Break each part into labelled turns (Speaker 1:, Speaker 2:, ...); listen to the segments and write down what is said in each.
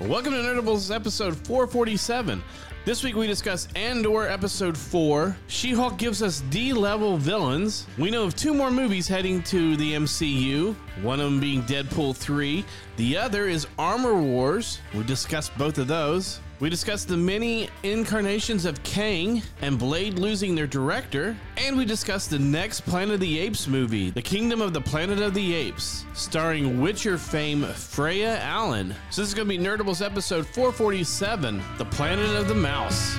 Speaker 1: Welcome to Nerdables episode 447. This week we discuss Andor episode 4. She Hulk gives us D level villains. We know of two more movies heading to the MCU, one of them being Deadpool 3, the other is Armor Wars. We discuss both of those. We discuss the many incarnations of Kang and Blade losing their director, and we discuss the next Planet of the Apes movie, The Kingdom of the Planet of the Apes, starring Witcher fame Freya Allen. So this is going to be Nerdables episode 447, The Planet of the Mouse.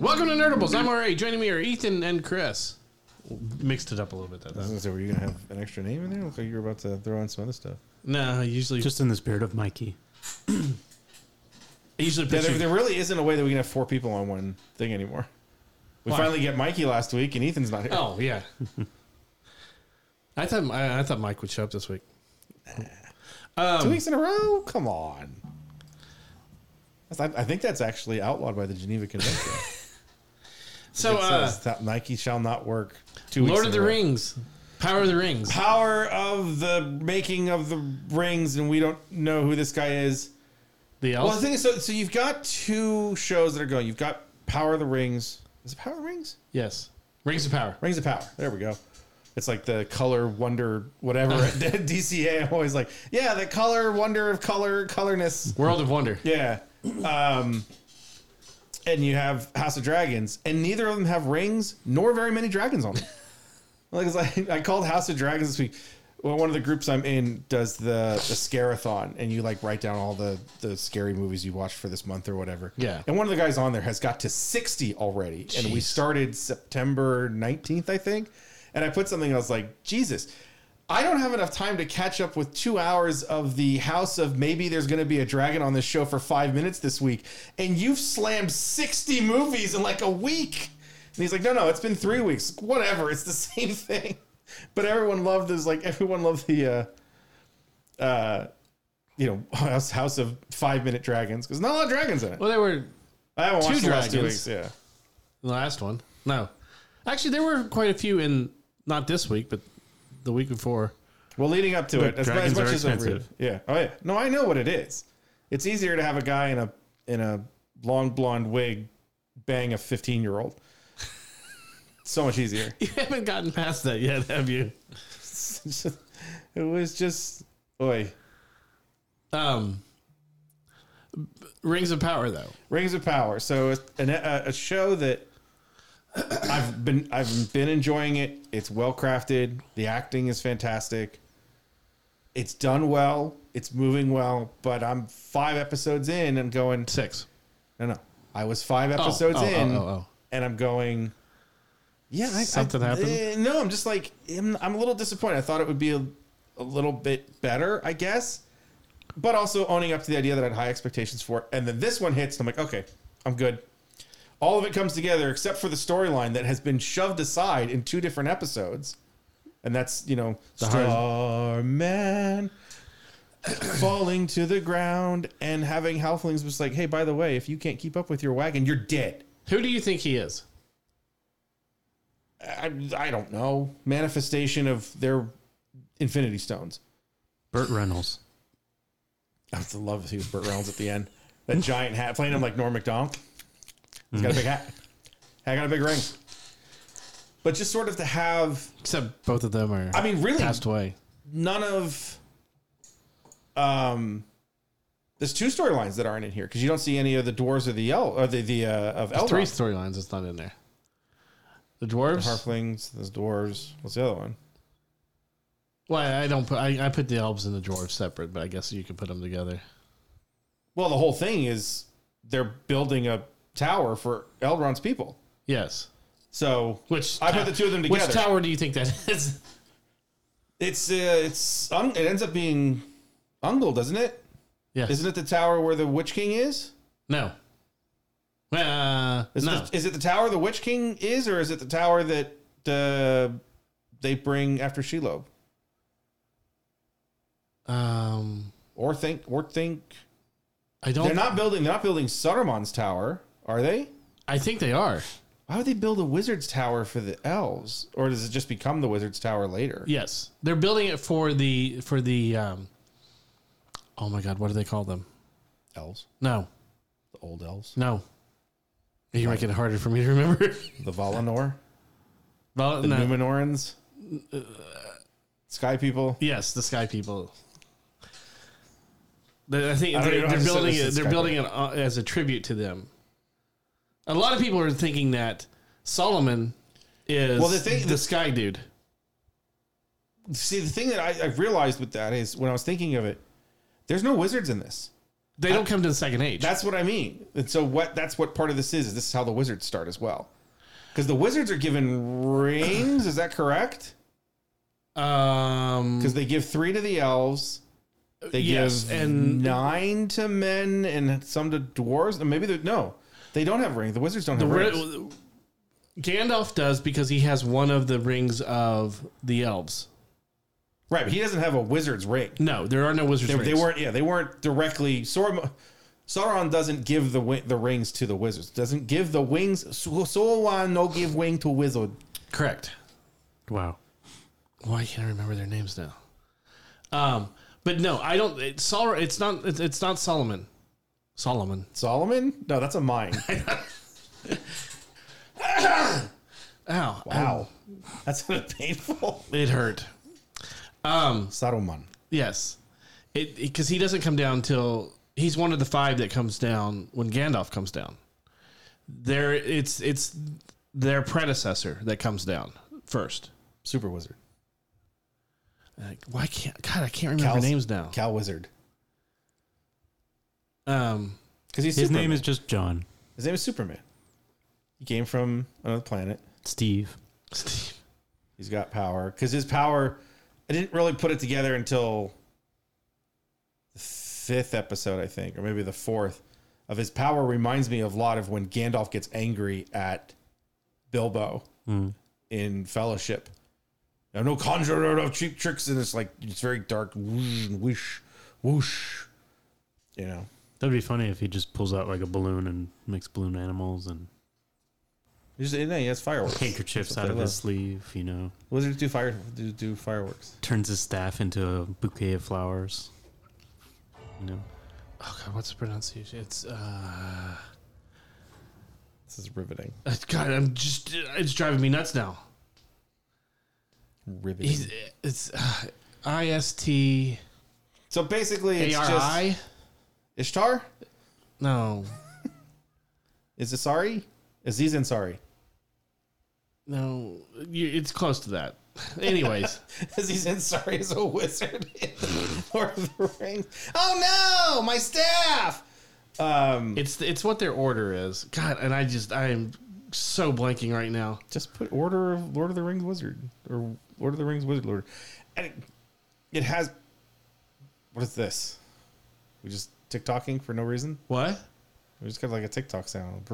Speaker 1: Welcome to Nerdables. I'm RA. Joining me are Ethan and Chris. Mixed it up a little bit that
Speaker 2: I was
Speaker 1: time.
Speaker 2: gonna say, were you gonna have an extra name in there? Looked like you were about to throw in some other stuff.
Speaker 1: No, usually
Speaker 3: Just in the spirit of Mikey.
Speaker 1: I usually
Speaker 2: Yeah,
Speaker 1: picture
Speaker 2: there, there really isn't a way that we can have four people on one thing anymore. We
Speaker 1: Why?
Speaker 2: finally get Mikey last week, and Ethan's not here.
Speaker 1: Oh yeah. I thought I, I thought Mike would show up this week.
Speaker 2: Two weeks in a row? Come on. That's- I, I think that's actually outlawed by the Geneva Convention.
Speaker 1: So
Speaker 2: it
Speaker 1: uh,
Speaker 2: says that Nike shall not work. Two weeks
Speaker 1: Lord
Speaker 2: in
Speaker 1: of
Speaker 2: a
Speaker 1: the
Speaker 2: row.
Speaker 1: Rings, Power of the Rings.
Speaker 2: Power of the making of the rings, and we don't know who this guy is.
Speaker 1: The
Speaker 2: Well, the
Speaker 1: elf.
Speaker 2: thing is, so, so you've got two shows that are going. You've got Power of the Rings. Is it Power of the Rings?
Speaker 1: Yes. Rings of Power.
Speaker 2: Rings of Power. There we go. It's like the color wonder whatever at DCA. I'm always like, yeah, the color wonder of color colorness.
Speaker 1: World of Wonder.
Speaker 2: Yeah. Um, and you have House of Dragons, and neither of them have rings nor very many dragons on them. like, it's like I called House of Dragons this week. Well, one of the groups I'm in does the, the scarathon, and you like write down all the the scary movies you watched for this month or whatever.
Speaker 1: Yeah.
Speaker 2: And one of the guys on there has got to 60 already, and we
Speaker 1: Jeez.
Speaker 2: started September 19th, I think. And I put something. I was like, Jesus. I don't have enough time to catch up with two hours of the house of maybe there's going to be a dragon on this show for five minutes this week. And you've slammed 60 movies in like a week. And he's like, no, no, it's been three weeks. Whatever. It's the same thing. But everyone loved this. Like, everyone loved the, uh, uh, you know, house, house of five minute dragons because not a lot of dragons in it.
Speaker 1: Well, there were
Speaker 2: I haven't watched
Speaker 1: two
Speaker 2: the last two
Speaker 1: dragons.
Speaker 2: weeks. Yeah.
Speaker 1: the last one. No, actually, there were quite a few in not this week, but the week before.
Speaker 2: Well, leading up to it, as, as
Speaker 3: dragons
Speaker 2: much
Speaker 3: are
Speaker 2: as I've read,
Speaker 3: expensive.
Speaker 2: yeah. Oh yeah. No, I know what it is. It's easier to have a guy in a in a long blonde wig bang a fifteen year old. so much easier.
Speaker 1: You haven't gotten past that yet, have you?
Speaker 2: it was just oy.
Speaker 1: Um, Rings of Power though.
Speaker 2: Rings of Power. So it's an, a, a show that I've been I've been enjoying it. It's well crafted. The acting is fantastic. It's done well. It's moving well. But I'm five episodes in and going.
Speaker 1: Six.
Speaker 2: No, no. I was five
Speaker 1: Oh,
Speaker 2: episodes
Speaker 1: oh, oh,
Speaker 2: in,
Speaker 1: oh, oh.
Speaker 2: and I'm going. Yeah, I,
Speaker 1: Something
Speaker 2: I-
Speaker 1: happened?
Speaker 2: eh, no, I'm just like I'm, I'm a little disappointed. I thought it would be a, a little bit better, I guess, but also owning up to the idea that I had high expectations for it. And then this one hits, and I'm like, okay, I'm good. All of it comes together except for the storyline that has been shoved aside in two different episodes, and that's you know Starman falling to the ground and having halflings was like, hey, by the way, if you can't keep up with your wagon, you're dead.
Speaker 1: Who do you think he is?
Speaker 2: I, I don't know. Manifestation of their infinity stones.
Speaker 3: Burt Reynolds.
Speaker 2: I would love to see Burt Reynolds at the end. That giant hat, playing him like Norm MacDonald. He's got a big hat. I got a big ring. But just sort of to have,
Speaker 1: Except both of them are
Speaker 2: I mean, really,
Speaker 1: passed away.
Speaker 2: none of um there's two storylines that aren't in here because you don't see any of the dwarves or the el or the the uh, of Elrond.
Speaker 1: Three storylines that's not in there. The dwarves.
Speaker 2: Halflings, there's dwarves. What's the other one?
Speaker 1: Well, I don't put. I, I put the elves and the dwarves separate, but I guess you could put them together.
Speaker 2: Well, the whole thing is they're building a tower for Elrond's people.
Speaker 1: Yes.
Speaker 2: So
Speaker 1: Which
Speaker 2: I put the two of them
Speaker 1: Which
Speaker 2: together.
Speaker 1: tower do you think that is?
Speaker 2: It's uh, it's un- it ends up being Ungol, doesn't it?
Speaker 1: Yeah.
Speaker 2: Isn't it the tower where the Witch King is?
Speaker 1: no. Uh,
Speaker 2: Is,
Speaker 1: no.
Speaker 2: it, the- is it the tower the Witch King is, or is it the tower that uh, they bring after Shelob?
Speaker 1: um,
Speaker 2: Or think, or think
Speaker 1: I don't.
Speaker 2: they're not building. They're not building Saruman's tower, are they?
Speaker 1: I think they are.
Speaker 2: Why would they build a wizard's tower for the elves? Or does it just become the wizard's tower later?
Speaker 1: Yes, they're building it for the for the. Um, oh my God, what do they call them?
Speaker 2: Elves,
Speaker 1: No,
Speaker 2: the old elves,
Speaker 1: no. You're making it harder for me to remember.
Speaker 2: the Valinor,
Speaker 1: Well,
Speaker 2: the
Speaker 1: no.
Speaker 2: Numenorans, Sky people.
Speaker 1: Yes, the Sky People. They- I think
Speaker 2: I don't
Speaker 1: they're,
Speaker 2: even know how
Speaker 1: they're building
Speaker 2: to say this
Speaker 1: it.
Speaker 2: is
Speaker 1: They're
Speaker 2: Sky
Speaker 1: building it uh, as a tribute to them. A lot of people are thinking that Solomon is
Speaker 2: Well, the thing-
Speaker 1: the Sky Dude.
Speaker 2: See, the thing that I, I realized with that is when I was thinking of it, there's no wizards in this.
Speaker 1: They don't come to the Second Age.
Speaker 2: That's what I mean. And so what that's what part of this is, is this is how the wizards start as well. Because the wizards are given rings, is that correct?
Speaker 1: um,
Speaker 2: Because they give three to the elves, they
Speaker 1: Yes,
Speaker 2: give
Speaker 1: and-
Speaker 2: nine to men and some to dwarves. And maybe they no. They don't have rings. The wizards don't have rings.
Speaker 1: Ri- Gandalf does because he has one of the rings of the elves.
Speaker 2: right, but he doesn't have a wizard's ring.
Speaker 1: No, there are no wizards.
Speaker 2: They,
Speaker 1: rings.
Speaker 2: they weren't yeah, they weren't directly Sauron, Sauron doesn't give the wi- the rings to the wizards. Doesn't give the wings Sau- Sauron no give wing to wizard.
Speaker 1: correct.
Speaker 3: Wow.
Speaker 1: Why can't I remember their names now? Um, but no, I don't. It's Sol- It's not. It's, it's not Solomon. Solomon.
Speaker 2: Solomon? No, that's a mine.
Speaker 1: Ow!
Speaker 2: Wow. That's kind of painful.
Speaker 1: ow. It hurt. Um.
Speaker 2: Saruman.
Speaker 1: Yes. It because he doesn't come down till he's one of the five that comes down when Gandalf comes down. There, it's it's their predecessor that comes down first.
Speaker 2: Super Wizard.
Speaker 1: Like, why can't God? I can't remember
Speaker 2: Cal's-
Speaker 1: names now.
Speaker 2: Cal Wizard.
Speaker 1: Um,
Speaker 2: Because he's
Speaker 3: His
Speaker 2: Superman.
Speaker 3: name is just John.
Speaker 2: his name is Superman. He came from another planet.
Speaker 3: Steve.
Speaker 1: Steve.
Speaker 2: He's got power. Because his power I didn't really put it together until the fifth episode, I think, or maybe the fourth. Of his power reminds me a lot of when Gandalf gets angry at Bilbo in Fellowship. I'm no conjurer of cheap tricks, and it's like it's very dark. Whoosh, and whoosh, whoosh. You know,
Speaker 3: That'd be funny if he just pulls out like a balloon and makes balloon animals and
Speaker 2: He's just, he has fireworks.
Speaker 3: handkerchiefs out of his sleeve, you know.
Speaker 2: Wizards do fire do, do fireworks.
Speaker 3: Turns his staff into a bouquet of flowers. You know.
Speaker 1: Oh God, what's the pronunciation? It's uh,
Speaker 2: This is riveting.
Speaker 1: God, I'm just it's driving me nuts now.
Speaker 2: Riveting.
Speaker 1: He's, it's uh, I S T
Speaker 2: so basically,
Speaker 1: A
Speaker 2: it's
Speaker 1: R
Speaker 2: just
Speaker 1: I.
Speaker 2: Ishtar.
Speaker 1: No,
Speaker 2: Is Asari? Aziz Ansari.
Speaker 1: no, you, it's close to that. Anyways,
Speaker 2: Aziz Ansari is a wizard in Lord of the Rings. Oh no, my staff. Um,
Speaker 1: it's it's what their order is. God, and I just I am so blanking right now.
Speaker 2: just put Order of Lord of the Rings wizard or Lord of the Rings wizard lord, and it, it has. What is this? We just TikToking for no reason.
Speaker 1: What?
Speaker 2: We just got like a TikTok sound.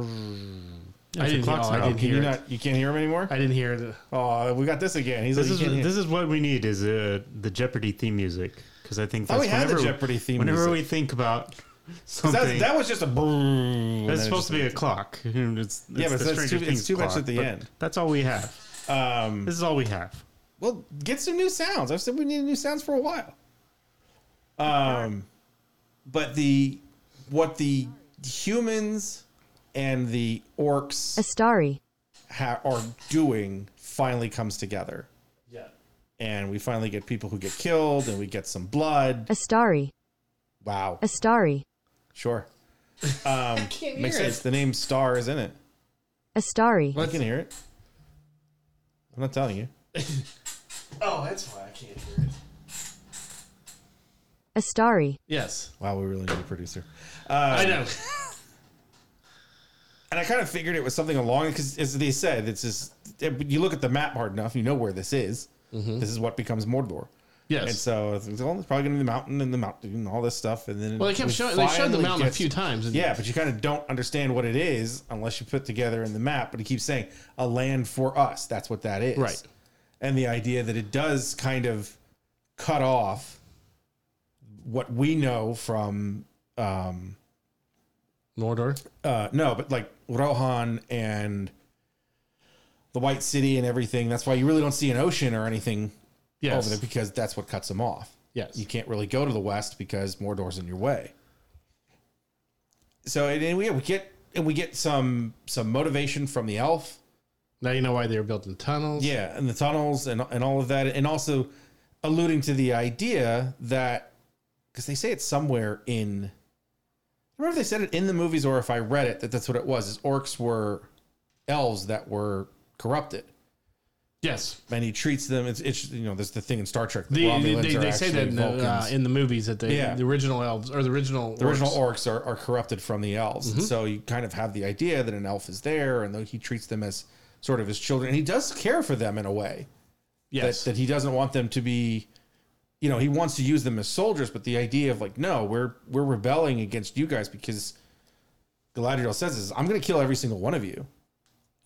Speaker 1: I didn't, hear, oh, I didn't
Speaker 2: Can
Speaker 1: hear.
Speaker 2: you
Speaker 1: it.
Speaker 2: not? You can't hear him anymore.
Speaker 1: I didn't hear the.
Speaker 2: Oh, we got this again. He's
Speaker 3: This
Speaker 2: like,
Speaker 3: is
Speaker 2: you can't hear-
Speaker 3: this is what we need is uh, the Jeopardy theme music because I think
Speaker 2: Oh,
Speaker 3: that's
Speaker 2: we had the
Speaker 3: whenever
Speaker 2: Jeopardy theme
Speaker 3: Whenever
Speaker 2: music.
Speaker 3: we think about
Speaker 2: 'Cause
Speaker 3: something,
Speaker 2: that's, that was just a. brrrr.
Speaker 3: that's
Speaker 2: And
Speaker 3: supposed to
Speaker 2: it
Speaker 3: be a clock. And It's, it's
Speaker 2: Yeah, but
Speaker 3: the
Speaker 2: that's
Speaker 3: Stranger
Speaker 2: too- it's
Speaker 3: Things
Speaker 2: too much
Speaker 3: clock,
Speaker 2: at the
Speaker 3: but
Speaker 2: end.
Speaker 3: That's all we have.
Speaker 2: just- Um,
Speaker 3: This is all we have.
Speaker 2: well, get some new sounds. I've said we need new sounds for a while. Um, but the what the humans and the orcs
Speaker 4: Astari.
Speaker 2: ha- are doing finally comes together. Yeah. And we finally get people who get killed, and we get some blood.
Speaker 4: Astari.
Speaker 2: Wow.
Speaker 4: Astari.
Speaker 2: Sure. Um, makes sense. The name Star is in it.
Speaker 4: Astari.
Speaker 2: I can hear it. I'm not telling you.
Speaker 1: Oh, that's why I can't hear it.
Speaker 4: Astari.
Speaker 1: Yes,
Speaker 2: Wow, we really need a producer.
Speaker 1: I know.
Speaker 2: uh, And I kind of figured it was something along because, as they said, it's just eh, you look at the map hard enough, you know where this is. This is what becomes Mordor.
Speaker 1: Mm-hmm. Yes.
Speaker 2: And so it's, it's all- it's probably going to be the mountain and the mountain and all this stuff. And then
Speaker 1: well, they kept
Speaker 2: we
Speaker 1: showing. They showed the
Speaker 2: finally
Speaker 1: mountain a
Speaker 2: get-
Speaker 1: few times. And
Speaker 2: Yeah, but you kind of don't understand what it is unless you put together in the map. But it keeps saying a land for us. That's what that is.
Speaker 1: Right.
Speaker 2: And the idea that it does kind of cut off what we know from um
Speaker 1: Mordor.
Speaker 2: uh no, but like Rohan and the White City and everything. That's why you really don't see an ocean or anything
Speaker 1: Yes.
Speaker 2: over there because that's what cuts them off.
Speaker 1: Yes.
Speaker 2: You can't really go to the west because Mordor's in your way. So and then we, we get and we get some some motivation from the elf.
Speaker 1: Now you know why they were building tunnels.
Speaker 2: Yeah, and the tunnels and and all of that, and also alluding to the idea that because they say it's somewhere in. I don't remember if they said it in the movies or if I read it that that's what it was. Is orcs were elves that were corrupted,
Speaker 1: Yes.
Speaker 2: and he treats them. It's, it's you know there's the thing in Star Trek.
Speaker 1: The,
Speaker 2: Romulans
Speaker 1: they
Speaker 2: are
Speaker 1: they say
Speaker 2: actually
Speaker 1: that in the, uh,
Speaker 2: Vulcans.
Speaker 1: in the movies that they,
Speaker 2: Yeah.
Speaker 1: the original elves or the original
Speaker 2: the original
Speaker 1: orcs.
Speaker 2: orcs are, are corrupted from the elves.
Speaker 1: Mm-hmm.
Speaker 2: And so you kind of have the idea that an elf is there and though he treats them as sort of his children. And he does care for them in a way
Speaker 1: yes
Speaker 2: that, that he doesn't want them to be, you know, he wants to use them as soldiers. But the idea of like, no, we're, we're rebelling against you guys because Galadriel says this, I'm going to kill every single one of you.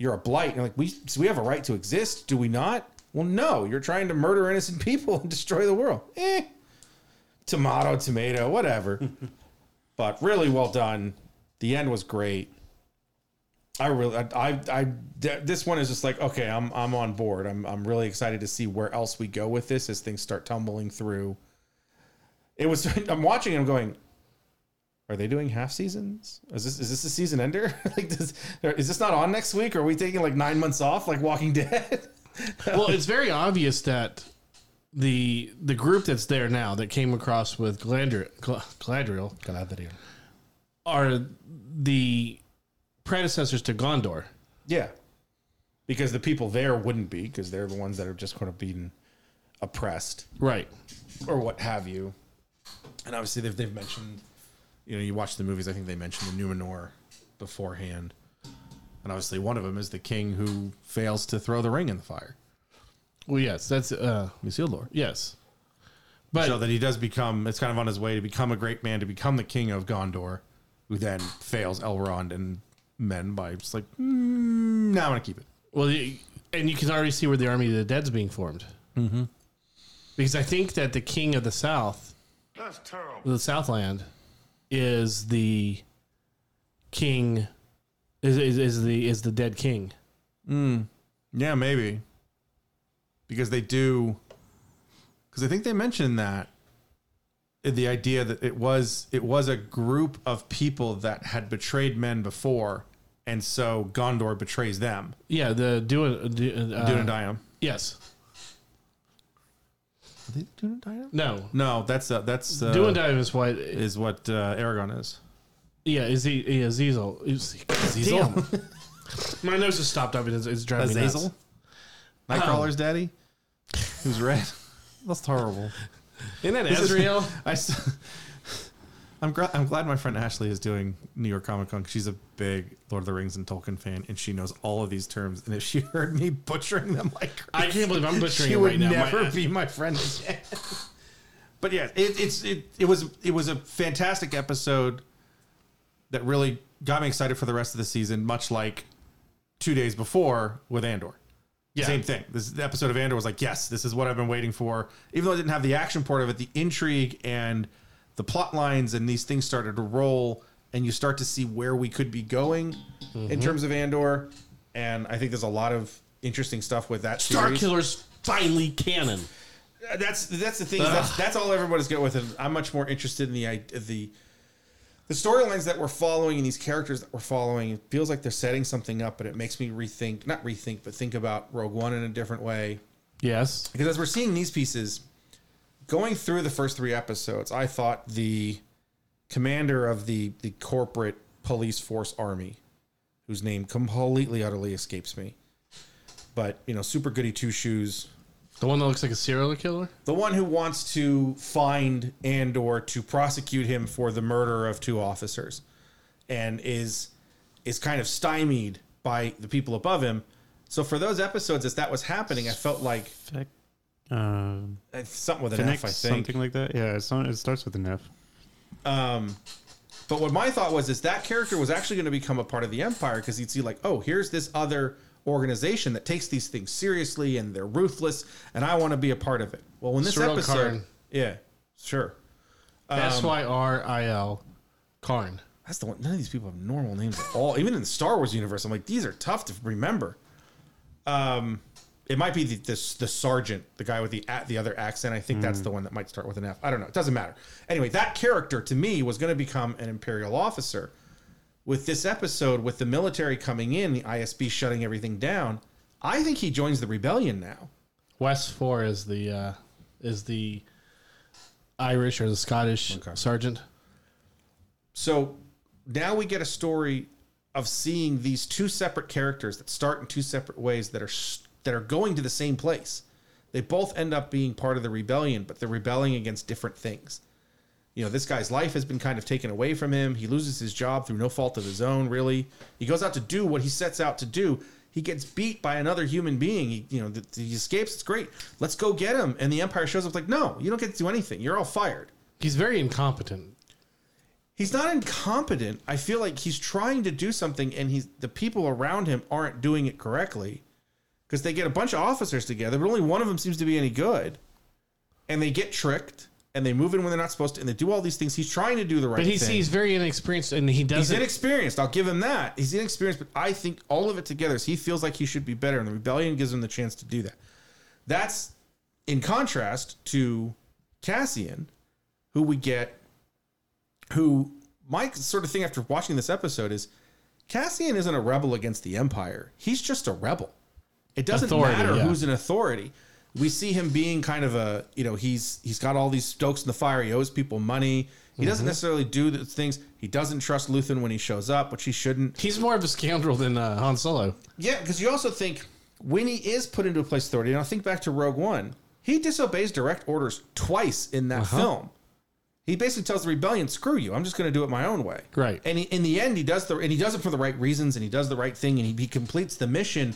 Speaker 2: You're a blight. And like, we, so we have a right to exist. Do we not? Well, no, you're trying to murder innocent people and destroy the world. Eh, tomato, tomato, whatever. but really well done. The end was great. I really, I, I, I th- this one is just like, okay, I'm, I'm on board. I'm, I'm really excited to see where else we go with this as things start tumbling through. It was, I'm watching, and I'm going, are they doing half seasons? Is this, is this a season ender? like, does, is this not on next week? Are we taking like nine months off, like Walking Dead?
Speaker 1: well it's very obvious that the the group that's there now that came across with Galadriel, Gal- Galadriel are the predecessors to Gondor
Speaker 2: Yeah. Because the people there wouldn't be, because they're the ones that are just kind of being oppressed.
Speaker 1: right
Speaker 2: or what have you. And obviously, they've, they've mentioned, you know, you watch the movies, I think they mentioned the Numenor beforehand. And obviously, one of them is the king who fails to throw the ring in the fire,
Speaker 1: well yes that's uh
Speaker 2: Isildur.
Speaker 1: yes but
Speaker 2: So that he does become, it's kind of on his way to become a great man, to become the king of Gondor, who then fails Elrond and men by just like, mm, now I'm going to keep it.
Speaker 1: Well, you- and you can already see where the army of the dead's being formed. Mm-hmm. Because I think that the king of the south,
Speaker 5: That's terrible.
Speaker 1: the Southland, is the king, is, is, is the is the dead king.
Speaker 2: Hmm. Yeah, maybe. Because they do. Because I think they mentioned that eh, the idea that it was it was a group of people that had betrayed men before, and so Gondor betrays them.
Speaker 1: Yeah, the Duin, Du- uh,
Speaker 2: Dunedain.
Speaker 1: Yes.
Speaker 2: Are they Dunedain?
Speaker 1: No.
Speaker 2: No, that's uh, that's uh,
Speaker 1: Duindaim is what.
Speaker 2: is what uh, Aragon is.
Speaker 1: Yeah, is he? Yeah, Zizel. Is he- Zizel. My nose has stopped up. and It's, it's driving me nuts.
Speaker 2: Azazel, Nightcrawler's daddy, Um. who's red. that's horrible.
Speaker 1: Isn't that
Speaker 2: This is-
Speaker 1: Azrael?
Speaker 2: I s- I'm, gra- I'm glad my friend Ashley is doing New York Comic Con. 'cause She's a big Lord of the Rings and Tolkien fan, and she knows all of these terms. And if she heard me butchering them like
Speaker 1: I can't believe I'm butchering
Speaker 2: she
Speaker 1: it
Speaker 2: would
Speaker 1: right now. My-
Speaker 2: never be my friend again. but yeah, it, it's it, it was it was a fantastic episode that really got me excited for the rest of the season. Much like two days before with Andor.
Speaker 1: Yeah.
Speaker 2: Same thing. This the episode of Andor was like, yes, this is what I've been waiting for. Even though I didn't have the action part of it, the intrigue and the plot lines and these things started to roll, and you start to see where we could be going
Speaker 1: Mm-hmm.
Speaker 2: in terms of Andor. And I think there's a lot of interesting stuff with that.
Speaker 1: Star
Speaker 2: series.
Speaker 1: Killer's finally canon.
Speaker 2: Uh, That's that's the thing. is That's, that's all everybody's good with. And I'm much more interested in the i- the the storylines that we're following and these characters that we're following. It feels like they're setting something up, but it makes me rethink, not rethink, but think about Rogue One in a different way.
Speaker 1: Yes.
Speaker 2: Because as we're seeing these pieces, going through the first three episodes, I thought the commander of the the corporate police force army, whose name completely utterly escapes me, but you know, super goody two shoes,
Speaker 1: The one that looks like a serial killer?
Speaker 2: the one who wants to find and or to prosecute him for the murder of two officers and is is kind of stymied by the people above him so for those episodes as that was happening i felt like
Speaker 3: Fec- Uh,
Speaker 2: it's something with an
Speaker 3: Fennec,
Speaker 2: f i think
Speaker 3: something like that. Yeah, it's not, it starts with an F.
Speaker 2: um but what my thought was is that character was actually going to become a part of the empire because you'd see like oh here's this other organization that takes these things seriously and they're ruthless and i want to be a part of it well when this
Speaker 1: Cyril
Speaker 2: episode
Speaker 1: Karn.
Speaker 2: yeah sure Um,
Speaker 1: S Y R I L Karn.
Speaker 2: That's the one. None of these people have normal names at all. Even in the Star Wars universe, I'm like, these are tough to remember. Um, it might be the, this the sergeant, the guy with the a- the other accent. I think that's the one that might start with an F. I don't know. It doesn't matter. Anyway, that character to me was going to become an imperial officer. With this episode, with the military coming in, the ISB shutting everything down, I think he joins the rebellion now.
Speaker 1: West Four is the uh, is the Irish or the Scottish sergeant.
Speaker 2: So now we get a story of seeing these two separate characters that start in two separate ways that are s- that are going to the same place. They both end up being part of the rebellion, but they're rebelling against different things. You know, this guy's life has been kind of taken away from him. He loses his job through no fault of his own, really. He goes out to do what he sets out to do. He gets beat by another human being. He, you know, th- he escapes. It's great. Let's go get him. And the Empire shows up like, no, you don't get to do anything. You're all fired.
Speaker 1: He's very incompetent.
Speaker 2: He's not incompetent. I feel like he's trying to do something, and he's the people around him aren't doing it correctly because they get a bunch of officers together, but only one of them seems to be any good, and they get tricked and they move in when they're not supposed to, and they do all these things. He's trying to do the right.
Speaker 1: But he
Speaker 2: thing.
Speaker 1: he's very inexperienced, and he
Speaker 2: He's
Speaker 1: doesn't.
Speaker 2: inexperienced. I'll give him that. He's inexperienced, but I think all of it together is he feels like he should be better, and the rebellion gives him the chance to do that. That's in contrast to Cassian, who we get, who my sort of thing after watching this episode is Cassian isn't a rebel against the Empire. He's just a rebel. It doesn't
Speaker 1: Authority,
Speaker 2: matter
Speaker 1: yeah.
Speaker 2: who's an authority. We see him being kind of a, you know, he's he's got all these stokes in the fire. He owes people money. He
Speaker 1: Mm-hmm.
Speaker 2: doesn't necessarily do the things. He doesn't trust Luthen when he shows up, which he shouldn't.
Speaker 1: he's more of a scoundrel than uh, Han Solo.
Speaker 2: Yeah, because you also think when he is put into a place of authority, and I think back to Rogue One, he disobeys direct orders twice in that film. He basically tells the rebellion, "Screw you! I'm just going to do it my own way."
Speaker 1: Right.
Speaker 2: And he, in the end, he does the and he does it for the right reasons, and he does the right thing, and he, he completes the mission.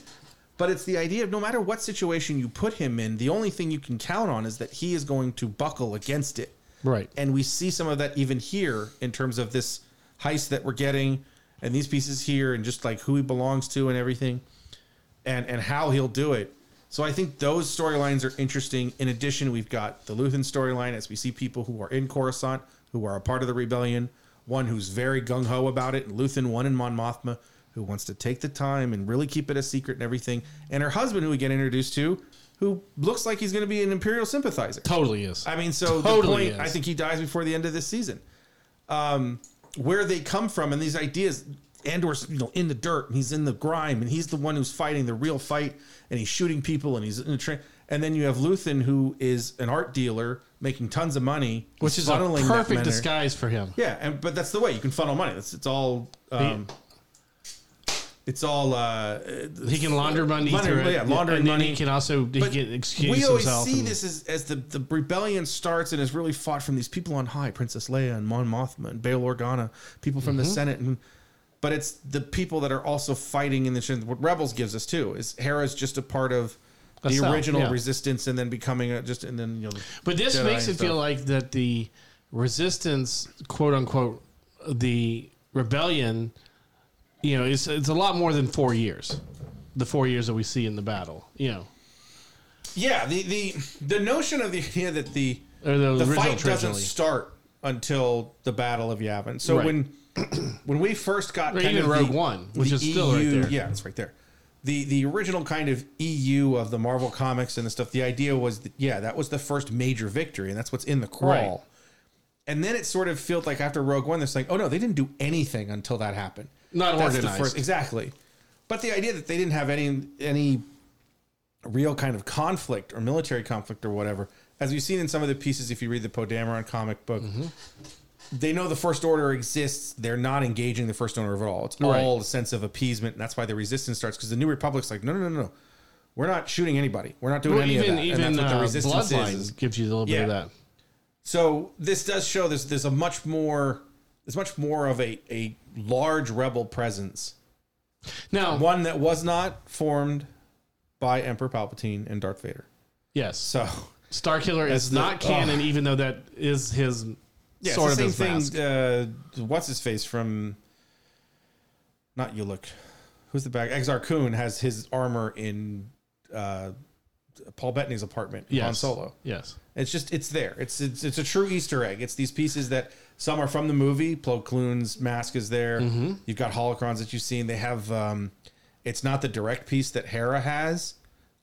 Speaker 2: But it's the idea of no matter what situation you put him in, the only thing you can count on is that he is going to buckle against it.
Speaker 1: Right.
Speaker 2: And we see some of that even here in terms of this heist that we're getting and these pieces here and just like who he belongs to and everything and and how he'll do it. So I think those storylines are interesting. In addition, we've got the Luthen storyline as we see people who are in Coruscant, who are a part of the rebellion, one who's very gung ho about it, and Luthen, one in Mon Mothma, who wants to take the time and really keep it a secret and everything, and her husband, who we get introduced to, who looks like he's going to be an Imperial sympathizer.
Speaker 1: Totally is.
Speaker 2: I mean, so the
Speaker 1: Totally
Speaker 2: point,
Speaker 1: is.
Speaker 2: I think he dies before the end of this season. Um, where they come from and these ideas, Andor's you know in the dirt and he's in the grime and he's the one who's fighting the real fight and he's shooting people and he's in the train. And then you have Luthen, who is an art dealer making tons of money,
Speaker 1: which
Speaker 2: He's
Speaker 1: is a
Speaker 2: funneling that
Speaker 1: perfect
Speaker 2: manner.
Speaker 1: disguise for him.
Speaker 2: Yeah, and but that's the way you can funnel money. That's it's all. Um, it's all. Uh,
Speaker 1: He can launder money
Speaker 2: Launder-
Speaker 1: through it.
Speaker 2: yeah, laundering
Speaker 1: and then
Speaker 2: money.
Speaker 1: He can also he
Speaker 2: But
Speaker 1: can excuse
Speaker 2: we always
Speaker 1: himself.
Speaker 2: see
Speaker 1: and-
Speaker 2: this as, as the, the rebellion starts and is really fought from these people on high princess leia and mon mothma and bail organa people from
Speaker 1: Mm-hmm.
Speaker 2: the senate and but it's the people that are also fighting in the chin- what rebels gives us too is hera's just a part of the
Speaker 1: cell,
Speaker 2: original
Speaker 1: yeah.
Speaker 2: resistance and then becoming a, just and then you know
Speaker 1: But this
Speaker 2: Jedi
Speaker 1: makes it
Speaker 2: and
Speaker 1: feel
Speaker 2: stuff.
Speaker 1: like that the resistance, quote unquote, the rebellion, you know, it's it's a lot more than four years. The four years that we see in the battle, you know,
Speaker 2: yeah the the the notion of the idea that the
Speaker 1: or the,
Speaker 2: the
Speaker 1: original
Speaker 2: fight doesn't
Speaker 1: trilogy,
Speaker 2: start until the battle of yavin so
Speaker 1: Right.
Speaker 2: when when we first got
Speaker 1: Or
Speaker 2: kind
Speaker 1: even
Speaker 2: of
Speaker 1: Rogue
Speaker 2: the-
Speaker 1: One, which
Speaker 2: the
Speaker 1: is still right
Speaker 2: EU
Speaker 1: there.
Speaker 2: yeah it's right there the the original kind of eu of the marvel comics and the stuff the idea was that yeah that was the first major victory and that's what's in the crawl
Speaker 1: Right.
Speaker 2: and then it sort of felt like after rogue one they're saying oh no they didn't do anything until that happened
Speaker 1: not
Speaker 2: That's the
Speaker 1: organized.
Speaker 2: first- exactly but the idea that they didn't have any any real kind of conflict or military conflict or whatever, as we've seen in some of the pieces, if you read the Poe Dameron comic book,
Speaker 1: Mm-hmm.
Speaker 2: they know the First Order exists. They're not engaging the First Order at all. It's
Speaker 1: Right.
Speaker 2: all a sense of appeasement, and that's why the resistance starts because the New Republic's like, no, no, no, no, no. we're not shooting anybody. We're not doing
Speaker 1: Well,
Speaker 2: any
Speaker 1: even
Speaker 2: of that.
Speaker 1: even
Speaker 2: and that's what
Speaker 1: uh,
Speaker 2: the resistance
Speaker 1: Bloodline
Speaker 2: is, is.
Speaker 1: gives you a little bit
Speaker 2: Yeah.
Speaker 1: of that.
Speaker 2: So this does show there's there's a much more there's much more of a a large rebel presence
Speaker 1: Now,
Speaker 2: one that was not formed by Emperor Palpatine and Darth Vader.
Speaker 1: yes,
Speaker 2: So
Speaker 1: Star Killer
Speaker 2: That's
Speaker 1: is
Speaker 2: the-
Speaker 1: not
Speaker 2: oh.
Speaker 1: canon, even though that is his
Speaker 2: yeah,
Speaker 1: sort
Speaker 2: it's
Speaker 1: of
Speaker 2: the
Speaker 1: his
Speaker 2: same
Speaker 1: mask.
Speaker 2: thing. Uh, what's his face from? Not you look. Who's the back? Exar Kun has his armor in uh, Paul Bettany's apartment. in
Speaker 1: Yes.
Speaker 2: Han Solo.
Speaker 1: Yes,
Speaker 2: It's just it's there. It's it's it's a true Easter egg. It's these pieces that some are
Speaker 1: Mm-hmm.
Speaker 2: from the movie. Plo Koon's mask is there. You've got holocrons that you've seen. They have um, It's not the direct piece that Hera has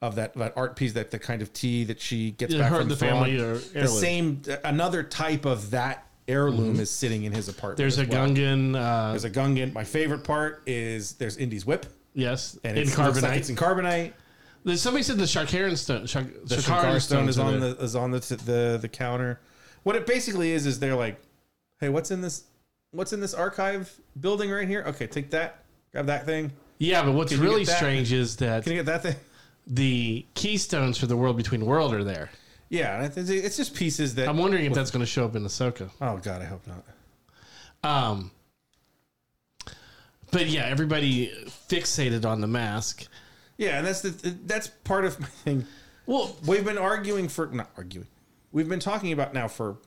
Speaker 2: of that, that art piece, that the kind of tea that she gets
Speaker 1: Yeah,
Speaker 2: back
Speaker 1: her-
Speaker 2: from
Speaker 1: the
Speaker 2: Thrawn.
Speaker 1: family or
Speaker 2: the
Speaker 1: heirloom. Mm-hmm.
Speaker 2: same, another type of that heirloom is sitting in his apartment.
Speaker 1: There's
Speaker 2: as
Speaker 1: a
Speaker 2: well.
Speaker 1: Gungan. Uh,
Speaker 2: There's a Gungan. My favorite part is there's Indy's whip.
Speaker 1: yes,
Speaker 2: And
Speaker 1: in
Speaker 2: it's, it looks like
Speaker 1: carbonite.
Speaker 2: it's in carbonite.
Speaker 1: There's- Somebody said the Sharkaran stone. Shar-
Speaker 2: the Shakara stone is on the is on the, the the counter. What it basically is is they're like, hey, what's in this? What's in this archive building right here? Okay, take that. Grab that thing.
Speaker 1: Yeah, but what's
Speaker 2: Can you
Speaker 1: really
Speaker 2: get that?
Speaker 1: strange is that
Speaker 2: Can you get that thing?
Speaker 1: the keystones for the world between world are there.
Speaker 2: Yeah, and I think it's just pieces that.
Speaker 1: I'm wondering if that's going to show up in Ahsoka.
Speaker 2: oh God, I hope not.
Speaker 1: Um, but yeah, everybody fixated on the mask.
Speaker 2: Yeah, and that's the that's part of my thing.
Speaker 1: Well,
Speaker 2: We've been arguing for not arguing. We've been talking about now for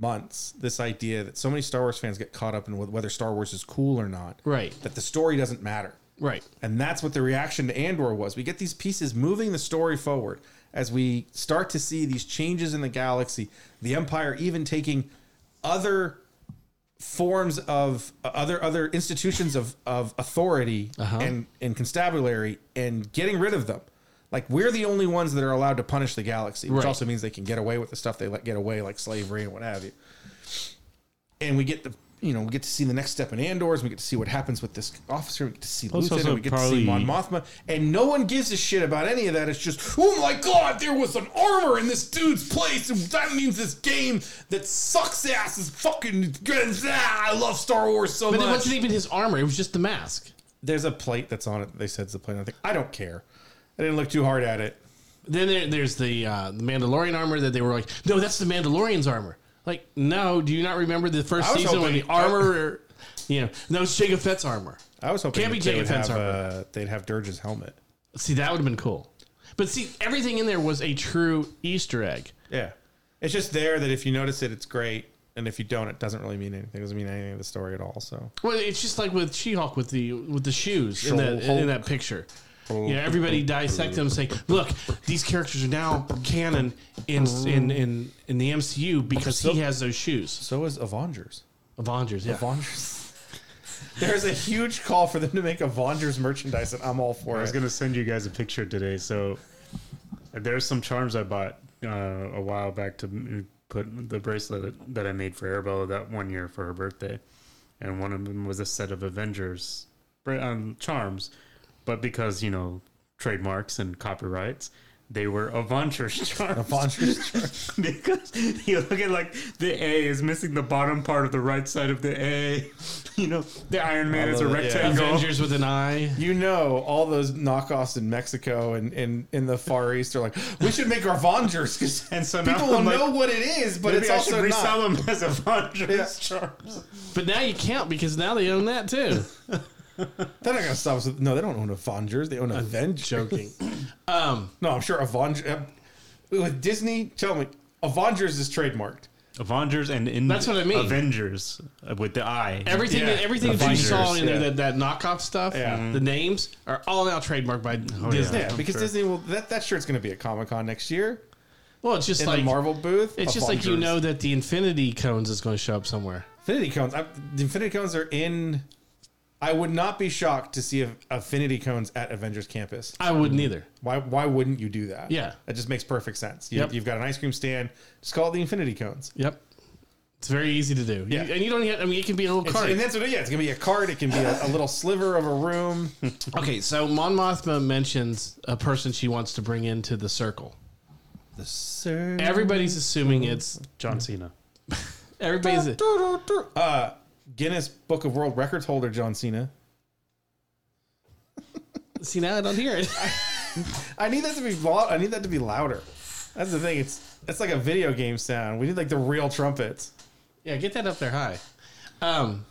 Speaker 2: months this idea that so many Star Wars fans get caught up in whether Star Wars is cool or not.
Speaker 1: right,
Speaker 2: That the story doesn't matter.
Speaker 1: right.
Speaker 2: And that's what the reaction to Andor was. We get these pieces moving the story forward as we start to see these changes in the galaxy, the Empire even taking other forms of uh, other other institutions of of authority
Speaker 3: Uh-huh.
Speaker 2: and and constabulary and getting rid of them. Like we're the only ones that are allowed to punish the galaxy, which
Speaker 1: Right.
Speaker 2: also means they can get away with the stuff they let get away, like slavery and what have you and we get the you know we get to see the next step in Andor's. We get to see what happens with this officer. We get to see
Speaker 3: it's
Speaker 2: Lieutenant.
Speaker 3: also
Speaker 2: We get
Speaker 3: probably-
Speaker 2: to see Mon Mothma, and no one gives a shit about any of that. It's just oh my god, there was an armor in this dude's place, and that means this game that sucks ass is fucking good. Ah, I love Star Wars so
Speaker 1: But it
Speaker 2: much.
Speaker 1: wasn't even his armor; it was just the mask.
Speaker 2: There's a plate that's on it. that They said it's a plate. I think I don't care. I didn't look too hard at it.
Speaker 1: Then there, there's the uh, the Mandalorian armor that they were like, no, that's the Mandalorian's armor. Like, no, do you not remember the first
Speaker 2: I was
Speaker 1: season when the
Speaker 2: hoping-
Speaker 1: armor, you know, no, it's Jango Fett's armor.
Speaker 2: I was hoping
Speaker 1: Can't be
Speaker 2: that they
Speaker 1: Jango
Speaker 2: would
Speaker 1: Fett's
Speaker 2: have,
Speaker 1: armor.
Speaker 2: uh, they'd have Dirge's helmet.
Speaker 1: See, that would have been cool. But see, everything in there was a true Easter egg.
Speaker 2: Yeah. It's just there that if you notice it, it's great. And if you don't, it doesn't really mean anything. It doesn't mean anything to the story at all. So
Speaker 1: Well, it's just like with She-Hulk with the with the shoes in that in that picture. You know, everybody dissect them, and say, "Look, these characters are now canon in in in, in the MCU because he has those shoes."
Speaker 2: so is Avengers.
Speaker 1: Avengers, yeah.
Speaker 2: Avengers. There's a huge call for them to make Avengers merchandise, and I'm all for
Speaker 3: I was
Speaker 2: it.
Speaker 3: gonna send you guys a picture today. So there's some charms I bought uh, a while back to m- put the bracelet that I made for Arabella that one year for her birthday, and one of them was a set of Avengers bra- um, charms, but because you know trademarks and copyrights. They were Avengers charms.
Speaker 2: Avengers
Speaker 3: because you look at like the A is missing the bottom part of the right side of the A. You know, the Iron Man is a
Speaker 2: love it, yeah.
Speaker 3: rectangle.
Speaker 1: Avengers with an eye.
Speaker 2: You know, all those knockoffs in Mexico and in in the Far East are like, we should make our Avengers because
Speaker 3: And so now
Speaker 2: people will
Speaker 3: I'm like,
Speaker 2: know what it is, but
Speaker 3: Maybe
Speaker 2: it's
Speaker 3: I
Speaker 2: also
Speaker 3: should resell
Speaker 2: not.
Speaker 3: them as Avengers
Speaker 2: Yeah.
Speaker 3: charms.
Speaker 1: But now you can't because now they own that too.
Speaker 2: They're not going to stop us. with- No, they don't own Avengers. They own Avengers.
Speaker 1: Joking. Um,
Speaker 2: No, I'm sure Avengers uh, with Disney. Tell me, Avengers is trademarked.
Speaker 3: Avengers and in
Speaker 1: That's what I mean.
Speaker 3: Avengers uh, with the I.
Speaker 1: everything
Speaker 2: Yeah.
Speaker 1: that everything that you
Speaker 3: Avengers,
Speaker 1: saw in
Speaker 2: yeah.
Speaker 1: there, that, that knockoff stuff,
Speaker 2: Yeah. Oh,
Speaker 1: the names are all now trademarked by Disney.
Speaker 2: Yeah,
Speaker 3: I'm
Speaker 2: because
Speaker 3: sure.
Speaker 2: Disney will. That, that shirt's going to be at Comic Con next year
Speaker 1: Well, it's just
Speaker 2: in
Speaker 1: like
Speaker 2: the Marvel booth.
Speaker 1: It's just like you
Speaker 2: Avengers.
Speaker 1: know that the Infinity Cones is going to show up somewhere.
Speaker 2: Infinity cones. I, the Infinity cones are in. I would not be shocked to see a, Affinity cones at Avengers Campus.
Speaker 1: I wouldn't either.
Speaker 2: Why? Why wouldn't you do that?
Speaker 1: Yeah.
Speaker 2: that just makes perfect sense. You,
Speaker 1: Yep.
Speaker 2: You've got an ice cream stand. Just call it the Infinity cones.
Speaker 1: Yep. It's very easy to do.
Speaker 2: Yeah.
Speaker 1: You, and you don't have, I mean, it can be a little
Speaker 2: It's-
Speaker 1: card.
Speaker 2: and that's what. Yeah, it's gonna be a card. It can be a, a little sliver of a room.
Speaker 1: okay, so Mon Mothma mentions a person she wants to bring into the circle.
Speaker 2: The sir.
Speaker 1: Everybody's assuming it's
Speaker 3: John Cena.
Speaker 1: everybody's.
Speaker 2: Uh, Guinness Book of World Records holder John Cena.
Speaker 1: See, now I don't hear it.
Speaker 2: I need that to be lo- I need that to be louder. That's the thing. It's it's like a video game sound. We need like the real trumpets.
Speaker 1: yeah, get that up there high. Um,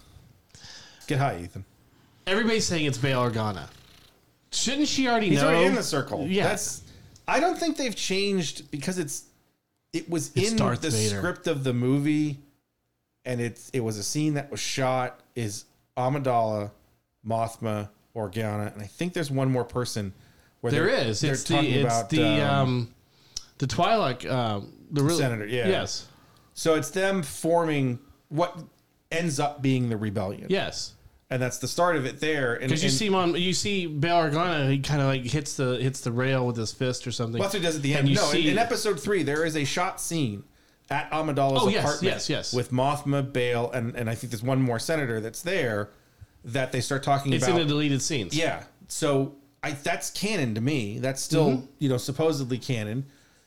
Speaker 2: Get high, Ethan.
Speaker 1: everybody's saying it's Bail Organa. Shouldn't she already
Speaker 2: He's
Speaker 1: know?
Speaker 2: already in the circle.
Speaker 1: Yeah.
Speaker 2: That's I don't think they've changed because it's it was
Speaker 1: It's
Speaker 2: in
Speaker 1: Darth
Speaker 2: the
Speaker 1: Vader.
Speaker 2: script of the movie and it's it was a scene that was shot is Amidala, Mothma, Organa, and I think there's one more person where
Speaker 1: There
Speaker 2: they're-
Speaker 1: is.
Speaker 2: they're
Speaker 1: It's the
Speaker 2: talking
Speaker 1: it's
Speaker 2: about,
Speaker 1: the um, the Twilight um the real
Speaker 2: Senator, yeah.
Speaker 1: Yes.
Speaker 2: So it's them forming what ends up being the rebellion.
Speaker 1: Yes.
Speaker 2: and that's the start of it there. And,
Speaker 1: Because you
Speaker 2: and-
Speaker 1: see him on, you see Bail Organa, he kind of like hits the hits the rail with his fist or something.
Speaker 2: well, that's what he does at the
Speaker 1: And
Speaker 2: end.
Speaker 1: you
Speaker 2: no, in-
Speaker 1: see-
Speaker 2: in, episode three, there is a shot scene at Amidala's
Speaker 1: Oh, yes,
Speaker 2: apartment.
Speaker 1: yes, yes.
Speaker 2: With Mothma, Bale, and and I think there's one more senator that's there that they start talking
Speaker 1: it's
Speaker 2: about.
Speaker 1: in the deleted scenes.
Speaker 2: Yeah. So I that's canon to me. That's still,
Speaker 1: Mm-hmm.
Speaker 2: you know, supposedly canon.